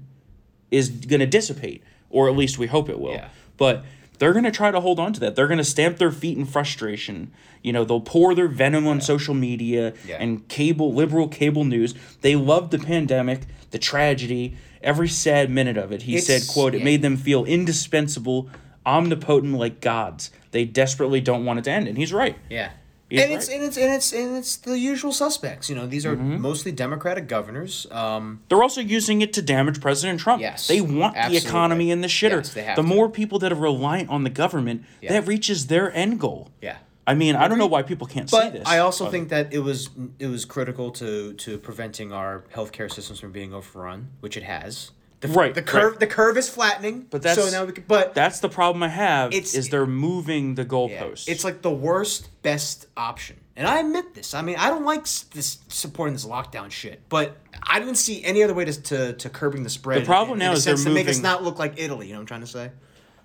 [SPEAKER 1] is going to dissipate, or at least we hope it will.
[SPEAKER 2] Yeah.
[SPEAKER 1] But they're going to try to hold on to that. They're going to stamp their feet in frustration. You know, they'll pour their venom on social media
[SPEAKER 2] Yeah.
[SPEAKER 1] and cable, liberal cable news. They loved the pandemic, the tragedy, every sad minute of it. He
[SPEAKER 2] It's-
[SPEAKER 1] said, quote, it
[SPEAKER 2] yeah.
[SPEAKER 1] made them feel indispensable, omnipotent like gods. They desperately don't want it to end. And he's right.
[SPEAKER 2] Yeah.
[SPEAKER 1] He's
[SPEAKER 2] and it's
[SPEAKER 1] right. Mm-hmm.
[SPEAKER 2] and it's and it's and it's the usual suspects. You know, these are mostly Democratic governors. Um,
[SPEAKER 1] They're also using it to damage President Trump.
[SPEAKER 2] Yes,
[SPEAKER 1] They want the
[SPEAKER 2] absolutely.
[SPEAKER 1] economy in the shitter.
[SPEAKER 2] Yes, they have
[SPEAKER 1] the
[SPEAKER 2] to.
[SPEAKER 1] more people that are reliant on the government, that reaches their end goal.
[SPEAKER 2] yeah.
[SPEAKER 1] I mean, I don't know why people can't see
[SPEAKER 2] But
[SPEAKER 1] this.
[SPEAKER 2] I also think that it was it was critical to to preventing our healthcare systems from being overrun, which it has. The,
[SPEAKER 1] Right,
[SPEAKER 2] The curve
[SPEAKER 1] right.
[SPEAKER 2] the curve is flattening. But
[SPEAKER 1] that's-
[SPEAKER 2] so now we can, but
[SPEAKER 1] that's the problem I have
[SPEAKER 2] It's-
[SPEAKER 1] is they're moving the goalposts.
[SPEAKER 2] it's like the worst best option. And I admit this. I mean, I don't like s- this supporting this lockdown shit, but I didn't see any other way to to, to curbing the spread.
[SPEAKER 1] The problem
[SPEAKER 2] in-
[SPEAKER 1] now
[SPEAKER 2] in a
[SPEAKER 1] is they're
[SPEAKER 2] sense to make us
[SPEAKER 1] moving-
[SPEAKER 2] not look like Italy. You know what I'm trying to say?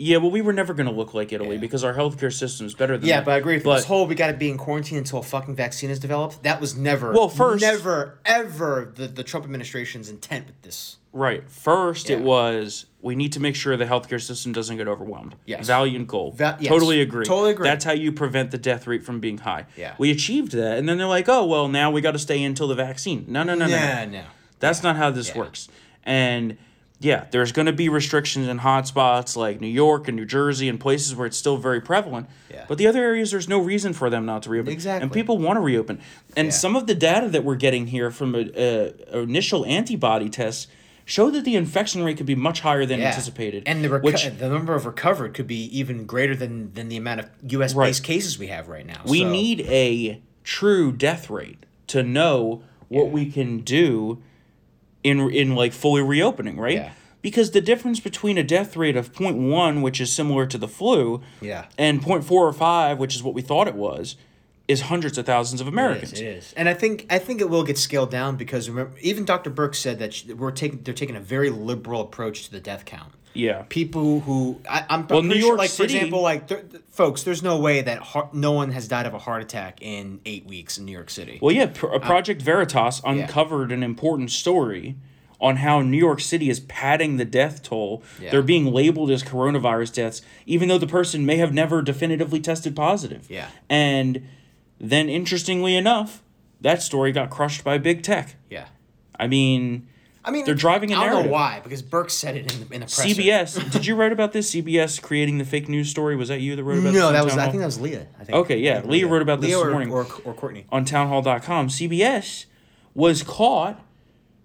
[SPEAKER 1] yeah, well, we were never going to look like Italy because our healthcare system is better than
[SPEAKER 2] Yeah,
[SPEAKER 1] that.
[SPEAKER 2] but I agree. With
[SPEAKER 1] But
[SPEAKER 2] this whole we got to be in quarantine until a fucking vaccine is developed. That was never
[SPEAKER 1] Well, first-
[SPEAKER 2] never ever the, the Trump administration's intent with this.
[SPEAKER 1] right first, it
[SPEAKER 2] Yeah.
[SPEAKER 1] was we need to make sure the healthcare system doesn't get overwhelmed.
[SPEAKER 2] Yes.
[SPEAKER 1] valiant goal.
[SPEAKER 2] Va- yes.
[SPEAKER 1] Totally agree.
[SPEAKER 2] Totally agree.
[SPEAKER 1] That's how you prevent the death rate from being high.
[SPEAKER 2] Yeah.
[SPEAKER 1] we achieved that, and then they're like, oh well, now we got to stay in until the vaccine. No, no, no, no, no.
[SPEAKER 2] Yeah, no.
[SPEAKER 1] That's not how this works. And yeah, there's going to be restrictions in hotspots like New York and New Jersey and places where it's still very prevalent.
[SPEAKER 2] Yeah.
[SPEAKER 1] But the other areas, there's no reason for them not to reopen.
[SPEAKER 2] Exactly.
[SPEAKER 1] And people want to reopen. And
[SPEAKER 2] Yeah.
[SPEAKER 1] some of the data that we're getting here from a, a, initial antibody tests show that the infection rate could be much higher than
[SPEAKER 2] Yeah.
[SPEAKER 1] anticipated.
[SPEAKER 2] and the reco-
[SPEAKER 1] which
[SPEAKER 2] the number of recovered could be even greater than than the amount of U.S. based cases we have right now.
[SPEAKER 1] we
[SPEAKER 2] So-
[SPEAKER 1] need a true death rate to know what we can do in in like fully reopening, right?
[SPEAKER 2] Yeah.
[SPEAKER 1] Because the difference between a death rate of 0.1, which is similar to the flu,
[SPEAKER 2] Yeah.
[SPEAKER 1] and 0.4 or 5, which is what we thought it was, is hundreds of thousands of Americans.
[SPEAKER 2] It is. And I think I think it will get scaled down because remember, even Dr. Burke said that sh- we're taking they're taking a very liberal approach to the death count.
[SPEAKER 1] Yeah.
[SPEAKER 2] People who I, I'm
[SPEAKER 1] Well,
[SPEAKER 2] pretty
[SPEAKER 1] New
[SPEAKER 2] sure,
[SPEAKER 1] York
[SPEAKER 2] like
[SPEAKER 1] City-
[SPEAKER 2] for example, like there, folks, there's no way that heart, no one has died of a heart attack in eight weeks in New York City.
[SPEAKER 1] Well, yeah, Pro-
[SPEAKER 2] Uh,
[SPEAKER 1] Project Veritas uncovered an important story on how New York City is padding the death toll.
[SPEAKER 2] Yeah.
[SPEAKER 1] They're being labeled as coronavirus deaths, even though the person may have never definitively tested positive.
[SPEAKER 2] Yeah.
[SPEAKER 1] And then, interestingly enough, that story got crushed by big tech.
[SPEAKER 2] yeah.
[SPEAKER 1] I mean,
[SPEAKER 2] I mean,
[SPEAKER 1] They're driving a
[SPEAKER 2] I don't
[SPEAKER 1] narrative.
[SPEAKER 2] know why because Burke said it in the in the presser.
[SPEAKER 1] CBS. did you write about this? CBS creating the fake news story. Was that you that wrote about this
[SPEAKER 2] No,
[SPEAKER 1] on
[SPEAKER 2] that was
[SPEAKER 1] Town
[SPEAKER 2] I
[SPEAKER 1] Hall?
[SPEAKER 2] think that was Leah. I think.
[SPEAKER 1] Okay, yeah,
[SPEAKER 2] I think
[SPEAKER 1] Leah wrote about this
[SPEAKER 2] Leah
[SPEAKER 1] this
[SPEAKER 2] or,
[SPEAKER 1] morning.
[SPEAKER 2] or or Courtney.
[SPEAKER 1] on townhall.com, CBS was caught,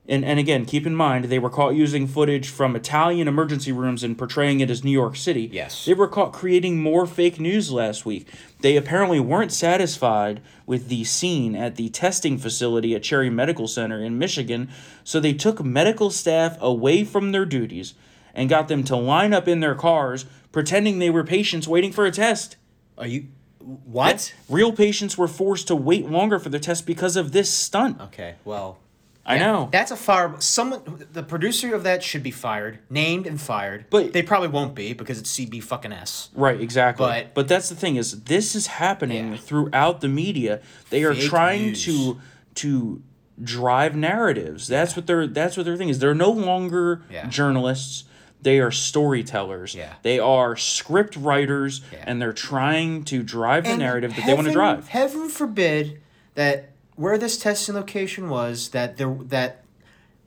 [SPEAKER 1] and, and again, keep in mind, they were caught using footage from Italian emergency rooms and portraying it as New York City.
[SPEAKER 2] Yes.
[SPEAKER 1] They were caught creating more fake news last week. They apparently weren't satisfied with the scene at the testing facility at Cherry Medical Center in Michigan, so they took medical staff away from their duties and got them to line up in their cars pretending they were patients waiting for a test.
[SPEAKER 2] Are you what?
[SPEAKER 1] Real patients were forced to wait longer for their test because of this stunt.
[SPEAKER 2] Okay, well,
[SPEAKER 1] I know.
[SPEAKER 2] That's a fire. Someone, the producer of that should be fired, named and fired.
[SPEAKER 1] But-
[SPEAKER 2] they probably won't be because it's CB fucking S.
[SPEAKER 1] right, exactly. But,
[SPEAKER 2] But-
[SPEAKER 1] that's the thing is this is happening
[SPEAKER 2] Yeah.
[SPEAKER 1] throughout the media. They are
[SPEAKER 2] Fake
[SPEAKER 1] trying
[SPEAKER 2] news.
[SPEAKER 1] to to drive narratives. That's what they're that's what their thing is. They're no longer
[SPEAKER 2] Yeah.
[SPEAKER 1] journalists. They are storytellers.
[SPEAKER 2] Yeah.
[SPEAKER 1] They are script writers
[SPEAKER 2] Yeah.
[SPEAKER 1] and they're trying to drive the
[SPEAKER 2] And
[SPEAKER 1] narrative that they want to
[SPEAKER 2] heaven-
[SPEAKER 1] drive.
[SPEAKER 2] Heaven forbid that where this testing location was that there that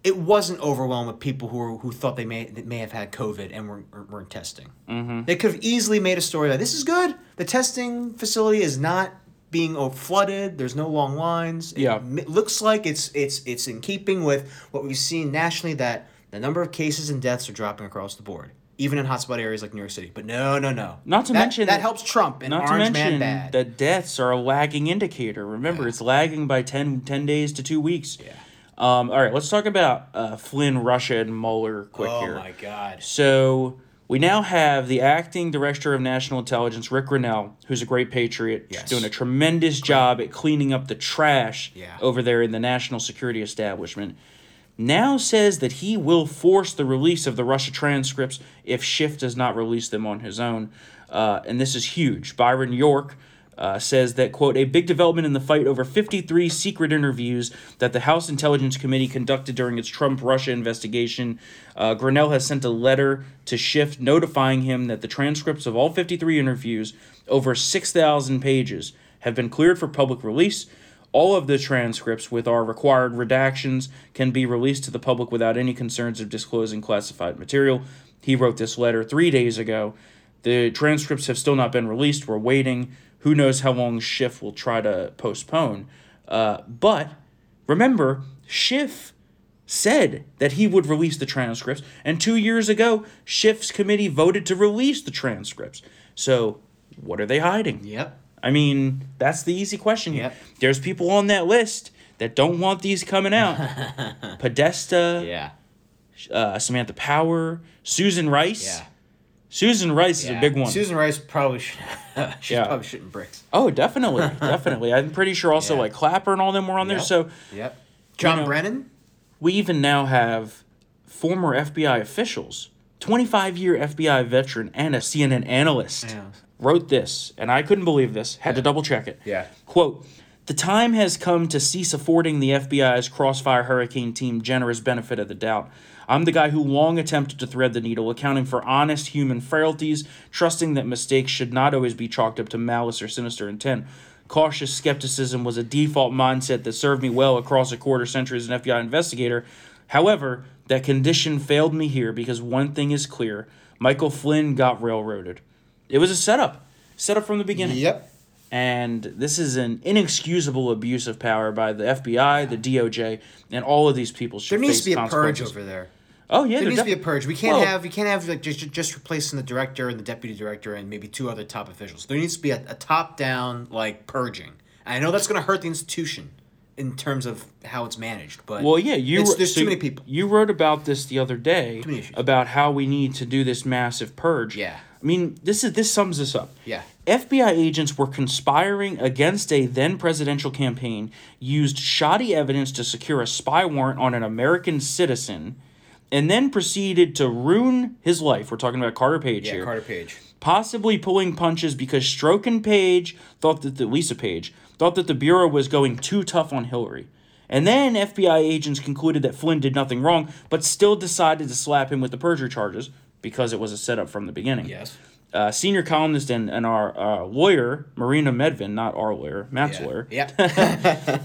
[SPEAKER 2] it wasn't overwhelmed with people who were, who thought they may that may have had COVID and weren't weren't- weren't testing. Mm-hmm. They could have easily made a story that this is good. The testing facility is not being o- flooded. There's no long lines. It
[SPEAKER 1] Yeah.
[SPEAKER 2] m- looks like it's it's it's in keeping with what we've seen nationally that the number of cases and deaths are dropping across the board. Even in hotspot areas like New York City, but no, no, no.
[SPEAKER 1] Not to
[SPEAKER 2] That-
[SPEAKER 1] mention
[SPEAKER 2] that
[SPEAKER 1] that-
[SPEAKER 2] helps Trump and
[SPEAKER 1] Not to
[SPEAKER 2] Orange Man
[SPEAKER 1] mention
[SPEAKER 2] bad.
[SPEAKER 1] that deaths are a lagging indicator. Remember, it's lagging by 10, 10 days to two weeks.
[SPEAKER 2] Yeah.
[SPEAKER 1] Um, all right, let's talk about uh, Flynn, Russia, and Mueller quick
[SPEAKER 2] oh
[SPEAKER 1] here.
[SPEAKER 2] my god.
[SPEAKER 1] So we now have the acting director of national intelligence, Rick Grinnell, who's a great patriot,
[SPEAKER 2] Yes.
[SPEAKER 1] doing a tremendous job at cleaning up the trash
[SPEAKER 2] Yeah.
[SPEAKER 1] over there in the national security establishment. Now says that he will force the release of the Russia transcripts if Schiff does not release them on his own. Uh, and this is huge. Byron York. Uh, says that quote a big development in the fight over 53 secret interviews that the house intelligence committee conducted during its trump russia investigation uh, grinnell has sent a letter to schiff notifying him that the transcripts of all 53 interviews over 6000 pages have been cleared for public release all of the transcripts with our required redactions can be released to the public without any concerns of disclosing classified material he wrote this letter three days ago the transcripts have still not been released. We're waiting. Who knows how long Schiff will try to postpone? Uh, but remember, Schiff said that he would release the transcripts, and two years ago, Schiff's committee voted to release the transcripts. So, what are they hiding?
[SPEAKER 2] Yep.
[SPEAKER 1] I mean, that's the easy question here.
[SPEAKER 2] Yep.
[SPEAKER 1] There's people on that list that don't want these coming out. Podesta,
[SPEAKER 2] Yeah.
[SPEAKER 1] uh, Samantha Power, Susan Rice.
[SPEAKER 2] Yeah.
[SPEAKER 1] Susan Rice is a big one.
[SPEAKER 2] Susan Rice probably should. she's
[SPEAKER 1] Yeah.
[SPEAKER 2] probably shooting bricks.
[SPEAKER 1] Oh, definitely, definitely. I'm pretty sure also
[SPEAKER 2] Yeah.
[SPEAKER 1] like Clapper and all them were on there.
[SPEAKER 2] Yep.
[SPEAKER 1] So
[SPEAKER 2] Yep. John
[SPEAKER 1] know-
[SPEAKER 2] Brennan.
[SPEAKER 1] we even now have former FBI officials, 25 year FBI veteran and a CNN analyst
[SPEAKER 2] Yeah.
[SPEAKER 1] wrote this, and I couldn't believe this. Had to double check it.
[SPEAKER 2] Yeah.
[SPEAKER 1] Quote. The time has come to cease affording the FBI's Crossfire Hurricane team generous benefit of the doubt. I'm the guy who long attempted to thread the needle, accounting for honest human frailties, trusting that mistakes should not always be chalked up to malice or sinister intent. Cautious skepticism was a default mindset that served me well across a quarter century as an FBI investigator. However, that condition failed me here because one thing is clear Michael Flynn got railroaded. It was a setup, setup from the beginning.
[SPEAKER 2] Yep.
[SPEAKER 1] And this is an inexcusable abuse of power by the FBI, the DOJ, and all of these people. Should
[SPEAKER 2] There needs
[SPEAKER 1] face
[SPEAKER 2] to be a purge
[SPEAKER 1] consequences.
[SPEAKER 2] over there.
[SPEAKER 1] Oh yeah,
[SPEAKER 2] There
[SPEAKER 1] there
[SPEAKER 2] needs to be a
[SPEAKER 1] defi-
[SPEAKER 2] purge. We can't
[SPEAKER 1] Well-
[SPEAKER 2] have we can't have like just just replacing the director and the deputy director and maybe two other top officials. There needs to be a, a top down like purging. I know that's going to hurt the institution, in terms of how it's managed. But
[SPEAKER 1] Well, yeah, you
[SPEAKER 2] It's-
[SPEAKER 1] wr-
[SPEAKER 2] there's too many people.
[SPEAKER 1] You wrote about this the other day
[SPEAKER 2] many issues.
[SPEAKER 1] about how we need to do this massive purge.
[SPEAKER 2] Yeah.
[SPEAKER 1] I mean, this is this sums this up.
[SPEAKER 2] Yeah.
[SPEAKER 1] FBI agents were conspiring against a then presidential campaign, used shoddy evidence to secure a spy warrant on an American citizen, and then proceeded to ruin his life. We're talking about Carter Page
[SPEAKER 2] yeah,
[SPEAKER 1] here
[SPEAKER 2] Carter Page.
[SPEAKER 1] possibly pulling punches because Stroke and Page thought that the Lisa Page thought that the bureau was going too tough on Hillary. And then FBI agents concluded that Flynn did nothing wrong, but still decided to slap him with the perjury charges because it was a setup from the beginning.
[SPEAKER 2] Yes.
[SPEAKER 1] Uh, senior columnist and, and our uh, lawyer, Marina Medvin, not our lawyer, Matt's
[SPEAKER 2] Yeah.
[SPEAKER 1] lawyer,
[SPEAKER 2] Yeah.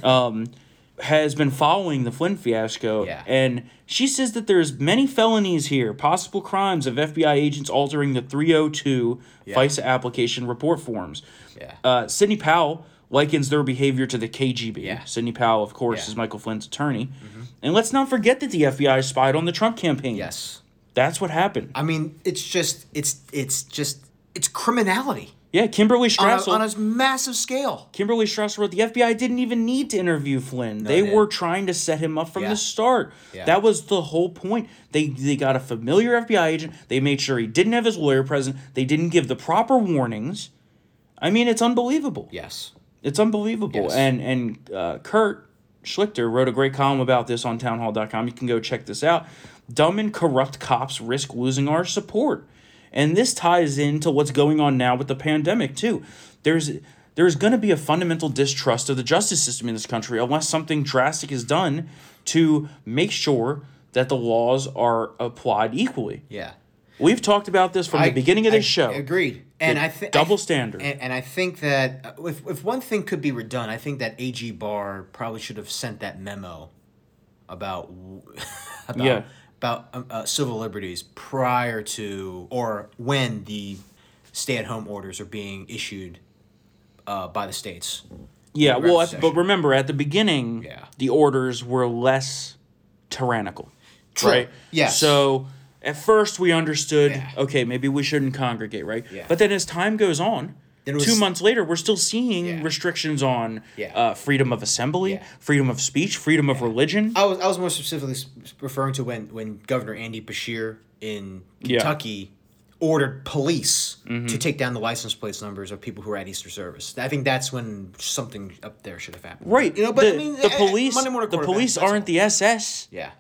[SPEAKER 1] has been following the Flynn fiasco,
[SPEAKER 2] Yeah.
[SPEAKER 1] and she says that there's many felonies here, possible crimes of FBI agents altering the 302 FISA application report forms.
[SPEAKER 2] Yeah.
[SPEAKER 1] Uh, Sidney Powell likens their behavior to the KGB.
[SPEAKER 2] Yeah.
[SPEAKER 1] Sidney Powell, of course,
[SPEAKER 2] Yeah. Mm-hmm.
[SPEAKER 1] is Michael Flynn's attorney. And let's not forget that the FBI spied on the Trump campaign.
[SPEAKER 2] yes.
[SPEAKER 1] That's what happened.
[SPEAKER 2] I mean, it's just it's it's just it's criminality
[SPEAKER 1] Yeah, Kimberly
[SPEAKER 2] on
[SPEAKER 1] Strassel.
[SPEAKER 2] a, on a massive scale.
[SPEAKER 1] Kimberly Strauss wrote the FBI didn't even need to interview Flynn. they
[SPEAKER 2] didn't.
[SPEAKER 1] were trying to set him up from
[SPEAKER 2] Yeah.
[SPEAKER 1] the start.
[SPEAKER 2] Yeah.
[SPEAKER 1] That was the whole point. They they got a familiar FBI agent. They made sure he didn't have his lawyer present. They didn't give the proper warnings. I mean, it's unbelievable.
[SPEAKER 2] Yes.
[SPEAKER 1] It's unbelievable.
[SPEAKER 2] Yes.
[SPEAKER 1] And and uh, Kurt Schlichter wrote a great column about this on townhall.com. You can go check this out. Dumb and corrupt cops risk losing our support. And this ties into what's going on now with the pandemic too. There's there's going to be a fundamental distrust of the justice system in this country unless something drastic is done to make sure that the laws are applied equally.
[SPEAKER 2] Yeah.
[SPEAKER 1] We've talked about this from the beginning of
[SPEAKER 2] I-
[SPEAKER 1] this show.
[SPEAKER 2] Agreed. And I think
[SPEAKER 1] double standard.
[SPEAKER 2] And, and I think that uh, if, if one thing could be redone, I think that AG Barr probably should have sent that memo about w- about
[SPEAKER 1] Yeah.
[SPEAKER 2] about um, uh, civil liberties prior to or when the stay-at-home orders are being issued uh, by the states.
[SPEAKER 1] Yeah,
[SPEAKER 2] Democrat
[SPEAKER 1] well, at, but
[SPEAKER 2] session.
[SPEAKER 1] remember at the beginning,
[SPEAKER 2] Yeah.
[SPEAKER 1] the orders were less tyrannical,
[SPEAKER 2] True.
[SPEAKER 1] right?
[SPEAKER 2] Yes.
[SPEAKER 1] So at first we understood,
[SPEAKER 2] Yeah.
[SPEAKER 1] okay, maybe we shouldn't congregate, right?
[SPEAKER 2] Yeah.
[SPEAKER 1] But then as time goes on,
[SPEAKER 2] Then it was-
[SPEAKER 1] two months later, we're still seeing
[SPEAKER 2] Yeah.
[SPEAKER 1] restrictions on
[SPEAKER 2] Yeah.
[SPEAKER 1] uh, freedom of assembly,
[SPEAKER 2] Yeah. Uh,
[SPEAKER 1] freedom of speech, freedom of religion.
[SPEAKER 2] I was I was more specifically s- referring to when when Governor Andy Bashir in
[SPEAKER 1] Yeah. Mm-hmm.
[SPEAKER 2] Kentucky ordered police to take down the license plates numbers of people who were at Easter service. I think that's when something up there should have happened.
[SPEAKER 1] Right.
[SPEAKER 2] You know, but
[SPEAKER 1] the,
[SPEAKER 2] I mean,
[SPEAKER 1] the
[SPEAKER 2] eh, eh,
[SPEAKER 1] police,
[SPEAKER 2] Monday morning
[SPEAKER 1] the
[SPEAKER 2] quarterback,
[SPEAKER 1] police
[SPEAKER 2] that's
[SPEAKER 1] aren't
[SPEAKER 2] all.
[SPEAKER 1] the SS.
[SPEAKER 2] Yeah.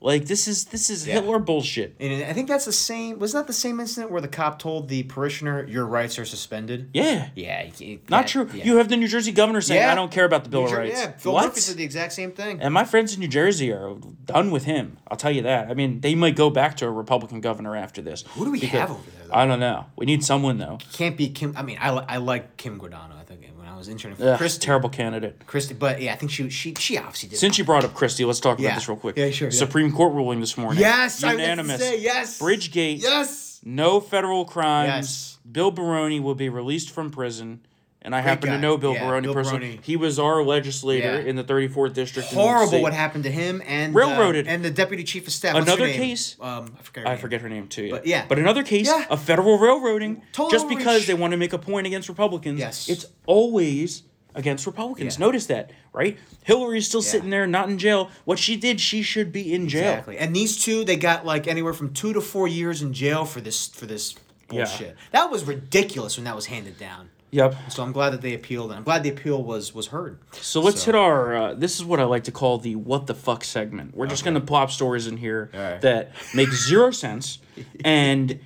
[SPEAKER 1] Like this is this is
[SPEAKER 2] Yeah.
[SPEAKER 1] Hitler bullshit.
[SPEAKER 2] And I think that's the same. Wasn't that the same incident where the cop told the parishioner, "Your rights are suspended"?
[SPEAKER 1] Yeah.
[SPEAKER 2] Yeah. you can't-
[SPEAKER 1] Not
[SPEAKER 2] that-
[SPEAKER 1] true.
[SPEAKER 2] yeah.
[SPEAKER 1] You have the New Jersey governor saying,
[SPEAKER 2] Yeah.
[SPEAKER 1] "I don't care about the Bill
[SPEAKER 2] Sure,
[SPEAKER 1] of Rights."
[SPEAKER 2] Yeah. Phil
[SPEAKER 1] what?
[SPEAKER 2] Murphy said the exact same thing.
[SPEAKER 1] And my friends in New Jersey are done with him. I'll tell you that. I mean, they might go back to a Republican governor after this.
[SPEAKER 2] Who do we have over there? Though?
[SPEAKER 1] I don't know. We need someone though.
[SPEAKER 2] Can't be Kim. I mean, I, li- I like Kim Guadagno. I think when I was interning for
[SPEAKER 1] Ugh,
[SPEAKER 2] Christie.
[SPEAKER 1] terrible candidate.
[SPEAKER 2] Christy, but yeah, I think she she she obviously did.
[SPEAKER 1] Since you brought up Christie, let's talk
[SPEAKER 2] Yeah.
[SPEAKER 1] about this real quick.
[SPEAKER 2] Yeah, sure, yeah.
[SPEAKER 1] Supreme Court ruling this morning.
[SPEAKER 2] yes,
[SPEAKER 1] unanimous.
[SPEAKER 2] I was about to say yes.
[SPEAKER 1] Bridgegate.
[SPEAKER 2] Yes.
[SPEAKER 1] No federal crimes.
[SPEAKER 2] Yes.
[SPEAKER 1] Bill Baroni will be released from prison. And I happen to
[SPEAKER 2] guy.
[SPEAKER 1] know Bill
[SPEAKER 2] Yeah,
[SPEAKER 1] Baroni
[SPEAKER 2] Bill
[SPEAKER 1] personally.
[SPEAKER 2] Baroni.
[SPEAKER 1] He was our legislator
[SPEAKER 2] Yeah.
[SPEAKER 1] in the 34th district. in the
[SPEAKER 2] Horrible
[SPEAKER 1] state.
[SPEAKER 2] what happened to him and
[SPEAKER 1] Railroaded.
[SPEAKER 2] uh, and the deputy chief of staff. What's her
[SPEAKER 1] Another
[SPEAKER 2] name?
[SPEAKER 1] case-
[SPEAKER 2] Um, I forget. Her
[SPEAKER 1] I
[SPEAKER 2] name.
[SPEAKER 1] forget her name too.
[SPEAKER 2] But, yeah.
[SPEAKER 1] But another case
[SPEAKER 2] Yeah.
[SPEAKER 1] of federal railroading
[SPEAKER 2] Total
[SPEAKER 1] just because
[SPEAKER 2] overreach.
[SPEAKER 1] they want to make a point against Republicans.
[SPEAKER 2] Yes.
[SPEAKER 1] It's always against Republicans.
[SPEAKER 2] Yeah.
[SPEAKER 1] Notice that, right? Hillary's still sitting there not in jail. What she did, she should be in jail.
[SPEAKER 2] Exactly. And these two, they got like anywhere from two to four years in jail for this for this
[SPEAKER 1] Yeah.
[SPEAKER 2] bullshit. That was ridiculous when that was handed down.
[SPEAKER 1] Yep.
[SPEAKER 2] So I'm glad that they appealed, and I'm glad the appeal was was heard.
[SPEAKER 1] So let's hit our. Uh, this is what I like to call the "what the fuck" segment. We're just gonna plop stories in here
[SPEAKER 2] right.
[SPEAKER 1] that make zero sense, and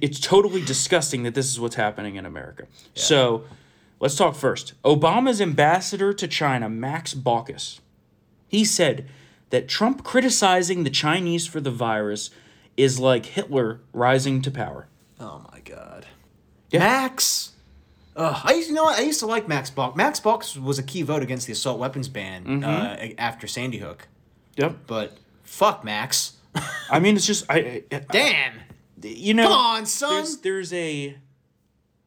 [SPEAKER 1] it's totally disgusting that this is what's happening in America. So, let's talk first. Obama's ambassador to China, Max Baucus, he said that Trump criticizing the Chinese for the virus is like Hitler rising to power.
[SPEAKER 2] Oh my god. Max. Ugh, I used you know what? I used to like Max Balk. Max Balk was a key vote against the assault weapons ban uh, a- after Sandy Hook,
[SPEAKER 1] Yep.
[SPEAKER 2] but fuck Max.
[SPEAKER 1] I mean, it's just I. I
[SPEAKER 2] Damn.
[SPEAKER 1] you know
[SPEAKER 2] Come on, son.
[SPEAKER 1] there's there's a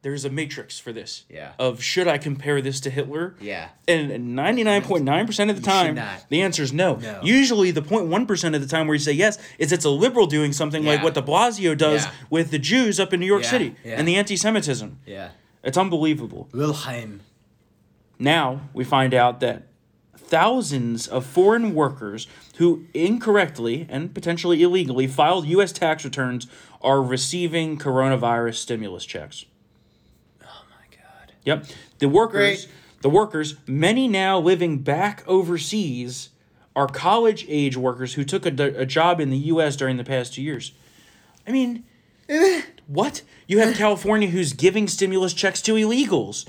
[SPEAKER 1] there's a matrix for this
[SPEAKER 2] Yeah.
[SPEAKER 1] of should i compare this to hitler
[SPEAKER 2] Oh, Yeah.
[SPEAKER 1] and 99.9% of the time
[SPEAKER 2] not.
[SPEAKER 1] the answer is no.
[SPEAKER 2] No.
[SPEAKER 1] usually the 0.1% of the time where you say yes is it's a liberal doing something like
[SPEAKER 2] Yeah.
[SPEAKER 1] what de blasio does
[SPEAKER 2] Yeah.
[SPEAKER 1] with the jews up in new york
[SPEAKER 2] Yeah,
[SPEAKER 1] city
[SPEAKER 2] yeah.
[SPEAKER 1] and the anti-semitism
[SPEAKER 2] Yeah.
[SPEAKER 1] it's unbelievable
[SPEAKER 2] Wilhelm.
[SPEAKER 1] now we find out that thousands of foreign workers who incorrectly and potentially illegally filed U.S. tax returns are receiving coronavirus stimulus checks.
[SPEAKER 2] Oh my god.
[SPEAKER 1] Yep. The workers,
[SPEAKER 2] Great.
[SPEAKER 1] the workers, many now living back overseas, are college age workers who took a, d- a job in the U.S. during the past two years. I mean, what? You have California who's giving stimulus checks to illegals.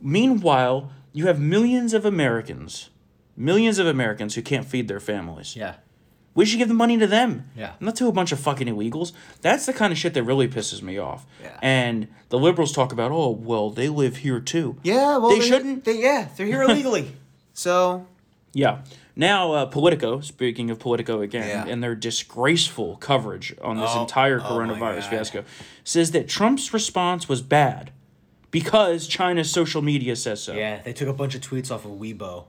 [SPEAKER 1] Meanwhile, you have millions of Americans, millions of Americans who can't feed their families.
[SPEAKER 2] Yeah.
[SPEAKER 1] We should give the money to them.
[SPEAKER 2] Yeah.
[SPEAKER 1] Not to a bunch of fucking illegals. That's the kind of shit that really pisses me off.
[SPEAKER 2] Yeah.
[SPEAKER 1] And the liberals talk about, oh, well, they live here too.
[SPEAKER 2] Yeah. Well,
[SPEAKER 1] They
[SPEAKER 2] they're-
[SPEAKER 1] shouldn't.
[SPEAKER 2] They, yeah, they're here illegally. So
[SPEAKER 1] Yeah. Now, uh, Politico, speaking of Politico again,
[SPEAKER 2] Yeah.
[SPEAKER 1] and their disgraceful coverage on this
[SPEAKER 2] Oh,
[SPEAKER 1] entire
[SPEAKER 2] oh my
[SPEAKER 1] coronavirus
[SPEAKER 2] God.
[SPEAKER 1] fiasco, says that Trump's response was bad because China's social media says so.
[SPEAKER 2] yeah, they took a bunch of tweets off of Weibo.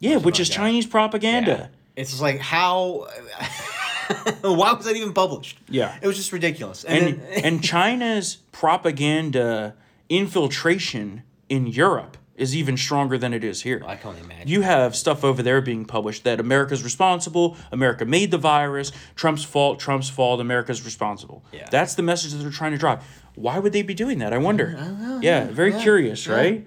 [SPEAKER 1] Yeah, which
[SPEAKER 2] about
[SPEAKER 1] is
[SPEAKER 2] that.
[SPEAKER 1] Chinese propaganda.
[SPEAKER 2] It's just like how. Why was that even published?
[SPEAKER 1] Yeah.
[SPEAKER 2] It was just ridiculous. And,
[SPEAKER 1] And,
[SPEAKER 2] then,
[SPEAKER 1] and China's propaganda infiltration in Europe is even stronger than it is here.
[SPEAKER 2] I can't imagine.
[SPEAKER 1] You have stuff over there being published that America's responsible, America made the virus, Trump's fault, Trump's fault, America's responsible.
[SPEAKER 2] Yeah.
[SPEAKER 1] That's the message that they're trying to drive. Why would they be doing that? I wonder. yeah, very curious, right?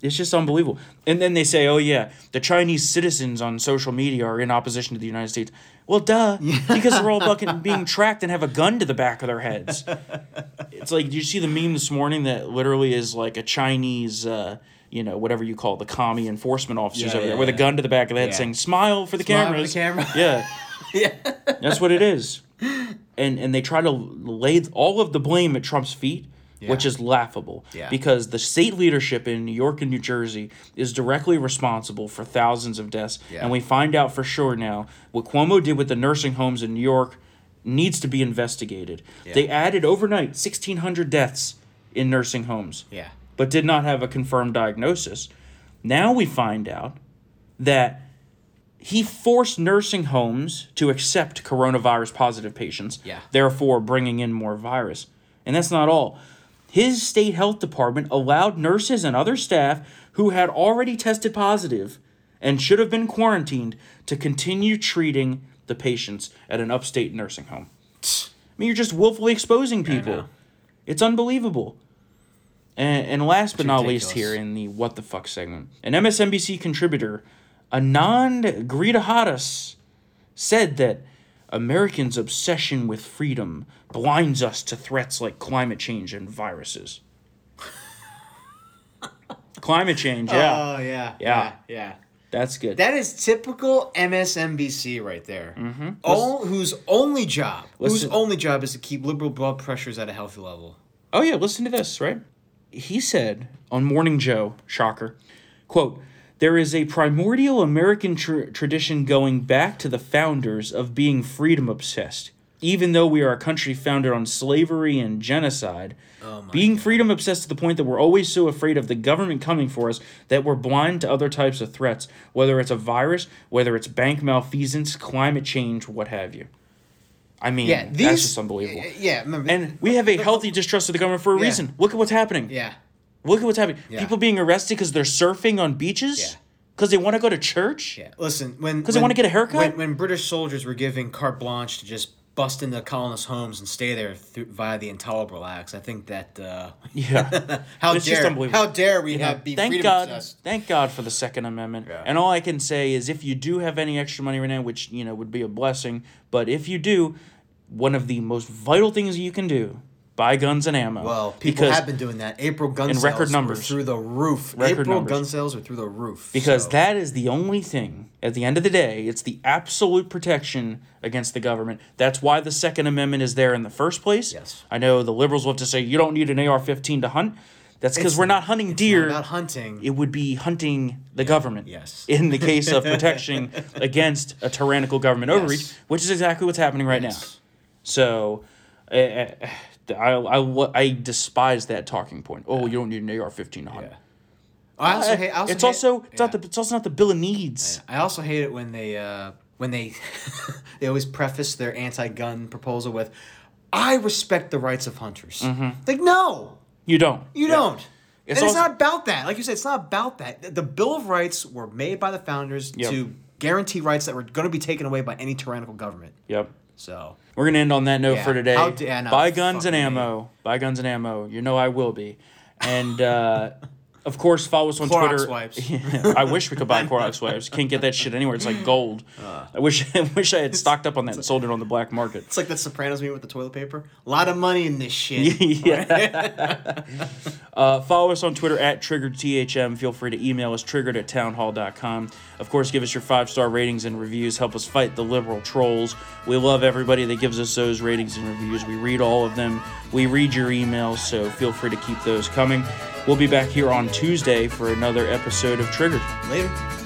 [SPEAKER 1] It's just unbelievable. And then they say, oh, yeah, the Chinese citizens on social media are in opposition to the United States. Well, duh, because they're all fucking being tracked and have a gun to the back of their heads. It's like, did you see the meme this morning that literally is like a Chinese, uh, you know, whatever you call the commie enforcement officers
[SPEAKER 2] Yeah,
[SPEAKER 1] over there
[SPEAKER 2] yeah,
[SPEAKER 1] with a
[SPEAKER 2] yeah.
[SPEAKER 1] gun to the back of the head
[SPEAKER 2] Yeah.
[SPEAKER 1] saying, smile for the
[SPEAKER 2] Smile for the
[SPEAKER 1] cameras.
[SPEAKER 2] camera.
[SPEAKER 1] Yeah.
[SPEAKER 2] yeah.
[SPEAKER 1] That's what it is. And and they try to lay all of the blame at Trump's feet, which
[SPEAKER 2] Yeah.
[SPEAKER 1] is laughable.
[SPEAKER 2] Yeah.
[SPEAKER 1] Because the state leadership in New York and New Jersey is directly responsible for thousands of deaths.
[SPEAKER 2] Yeah.
[SPEAKER 1] And we find out for sure now what Cuomo did with the nursing homes in New York needs to be investigated. They added overnight sixteen hundred deaths in nursing homes
[SPEAKER 2] Yeah.
[SPEAKER 1] but did not have a confirmed diagnosis. Now we find out that he forced nursing homes to accept coronavirus positive patients,
[SPEAKER 2] Yeah.
[SPEAKER 1] therefore bringing in more virus. And that's not all. His state health department allowed nurses and other staff who had already tested positive and should have been quarantined to continue treating the patients at an upstate nursing home.
[SPEAKER 2] Oh,
[SPEAKER 1] I mean, you're just willfully exposing people.
[SPEAKER 2] know.
[SPEAKER 1] It's unbelievable. And, and last but not least,
[SPEAKER 2] ridiculous.
[SPEAKER 1] here in the what the fuck segment, an MSNBC contributor, Anand Gridahadas, said that Americans' obsession with freedom blinds us to threats like climate change and viruses. climate change, yeah,
[SPEAKER 2] Oh yeah.
[SPEAKER 1] Yeah.
[SPEAKER 2] Yeah.
[SPEAKER 1] that's good.
[SPEAKER 2] That is typical MSNBC right there. Mm-hmm. All whose only job, whose
[SPEAKER 1] Listen-
[SPEAKER 2] only job is to keep liberal blood pressures at a healthy level.
[SPEAKER 1] Oh yeah, listen to this, right? He said on Morning Joe, shocker, quote, there is a primordial American tr- tradition going back to the founders of being freedom obsessed. Even though we are a country founded on slavery and genocide,
[SPEAKER 2] Oh
[SPEAKER 1] being freedom obsessed to the point that we're always so afraid of the government coming for us that we're blind to other types of threats, whether it's a virus, whether it's bank malfeasance, climate change, what have you. I mean,
[SPEAKER 2] Yeah. These.
[SPEAKER 1] that's just unbelievable.
[SPEAKER 2] Yeah. Remember.
[SPEAKER 1] And we have a healthy distrust of the government for a
[SPEAKER 2] Yeah.
[SPEAKER 1] reason. Look at what's happening.
[SPEAKER 2] yeah.
[SPEAKER 1] Look at what's happening.
[SPEAKER 2] Yeah.
[SPEAKER 1] People being arrested because they're surfing on beaches.
[SPEAKER 2] Yeah.
[SPEAKER 1] Because they want to go to church.
[SPEAKER 2] Yeah. Listen, when because
[SPEAKER 1] they wanna get a haircut?
[SPEAKER 2] When, when British soldiers were giving carte blanche to just bust into colonists' homes and stay there through, via the Intolerable Acts, I think that uh,
[SPEAKER 1] Yeah.
[SPEAKER 2] how
[SPEAKER 1] It's just
[SPEAKER 2] dare
[SPEAKER 1] unbelievable.
[SPEAKER 2] how dare we have be
[SPEAKER 1] thank
[SPEAKER 2] freedom
[SPEAKER 1] God.
[SPEAKER 2] obsessed?
[SPEAKER 1] Thank God for the Second Amendment.
[SPEAKER 2] Yeah.
[SPEAKER 1] And all I can say is, if you do have any extra money right now, which you know would be a blessing, but if you do, one of the most vital things you can do: buy guns and ammo.
[SPEAKER 2] Well, people have been doing that. April gun
[SPEAKER 1] in
[SPEAKER 2] sales
[SPEAKER 1] record
[SPEAKER 2] were
[SPEAKER 1] numbers.
[SPEAKER 2] through the roof.
[SPEAKER 1] Record
[SPEAKER 2] April
[SPEAKER 1] numbers.
[SPEAKER 2] gun sales are through the roof
[SPEAKER 1] Because
[SPEAKER 2] so-
[SPEAKER 1] that is the only thing, at the end of the day, it's the absolute protection against the government. That's why the Second Amendment is there in the first place.
[SPEAKER 2] Yes.
[SPEAKER 1] I know the liberals love to say you don't need an AR 15 to hunt. That's because
[SPEAKER 2] It's-
[SPEAKER 1] we're not hunting deer.
[SPEAKER 2] about hunting.
[SPEAKER 1] it would be hunting the government.
[SPEAKER 2] Yes.
[SPEAKER 1] In the case of protection against a tyrannical government overreach,
[SPEAKER 2] Yes.
[SPEAKER 1] which is exactly what's happening right
[SPEAKER 2] Yes.
[SPEAKER 1] now. So, uh, I, I, I, I despise that talking point. Oh, you don't need an AR 15 to hunt.
[SPEAKER 2] Yeah. I also
[SPEAKER 1] Uh,
[SPEAKER 2] hate. I also
[SPEAKER 1] it's
[SPEAKER 2] hate-
[SPEAKER 1] also it's not
[SPEAKER 2] yeah.
[SPEAKER 1] the it's also not the bill of needs.
[SPEAKER 2] I also hate it when they uh, when they they always preface their anti-gun proposal with, "I respect the rights of hunters." Like, no,
[SPEAKER 1] You don't.
[SPEAKER 2] you don't.
[SPEAKER 1] Mm-hmm. It's
[SPEAKER 2] and
[SPEAKER 1] also-
[SPEAKER 2] it's not about that. Like you said, it's not about that. The- The Bill of Rights were made by the founders
[SPEAKER 1] Yep.
[SPEAKER 2] to guarantee rights that were going to be taken away by any tyrannical government.
[SPEAKER 1] Yep.
[SPEAKER 2] So
[SPEAKER 1] We're gonna end on that note
[SPEAKER 2] Yeah.
[SPEAKER 1] for today.
[SPEAKER 2] How d- yeah, no,
[SPEAKER 1] Buy guns
[SPEAKER 2] fucking
[SPEAKER 1] and ammo. Buy guns and ammo. You know I will be. And uh, of course, follow us on
[SPEAKER 2] Clorox
[SPEAKER 1] Twitter.
[SPEAKER 2] wipes.
[SPEAKER 1] Yeah, I wish we could buy Clorox wipes. Can't get that shit anywhere. It's like gold.
[SPEAKER 2] Uh.
[SPEAKER 1] I wish. I wish I had stocked up on that and sold it on the black market.
[SPEAKER 2] it's like the Sopranos meme with the toilet paper. A lot of money in this shit.
[SPEAKER 1] yeah. uh, follow us on Twitter at TriggeredTHM. Feel free to email us triggered at townhall.com. Of course, give us your five star ratings and reviews. Help us fight the liberal trolls. We love everybody that gives us those ratings and reviews. We read all of them. We read your emails, so feel free to keep those coming. We'll be back here on Tuesday for another episode of Triggered.
[SPEAKER 2] Later.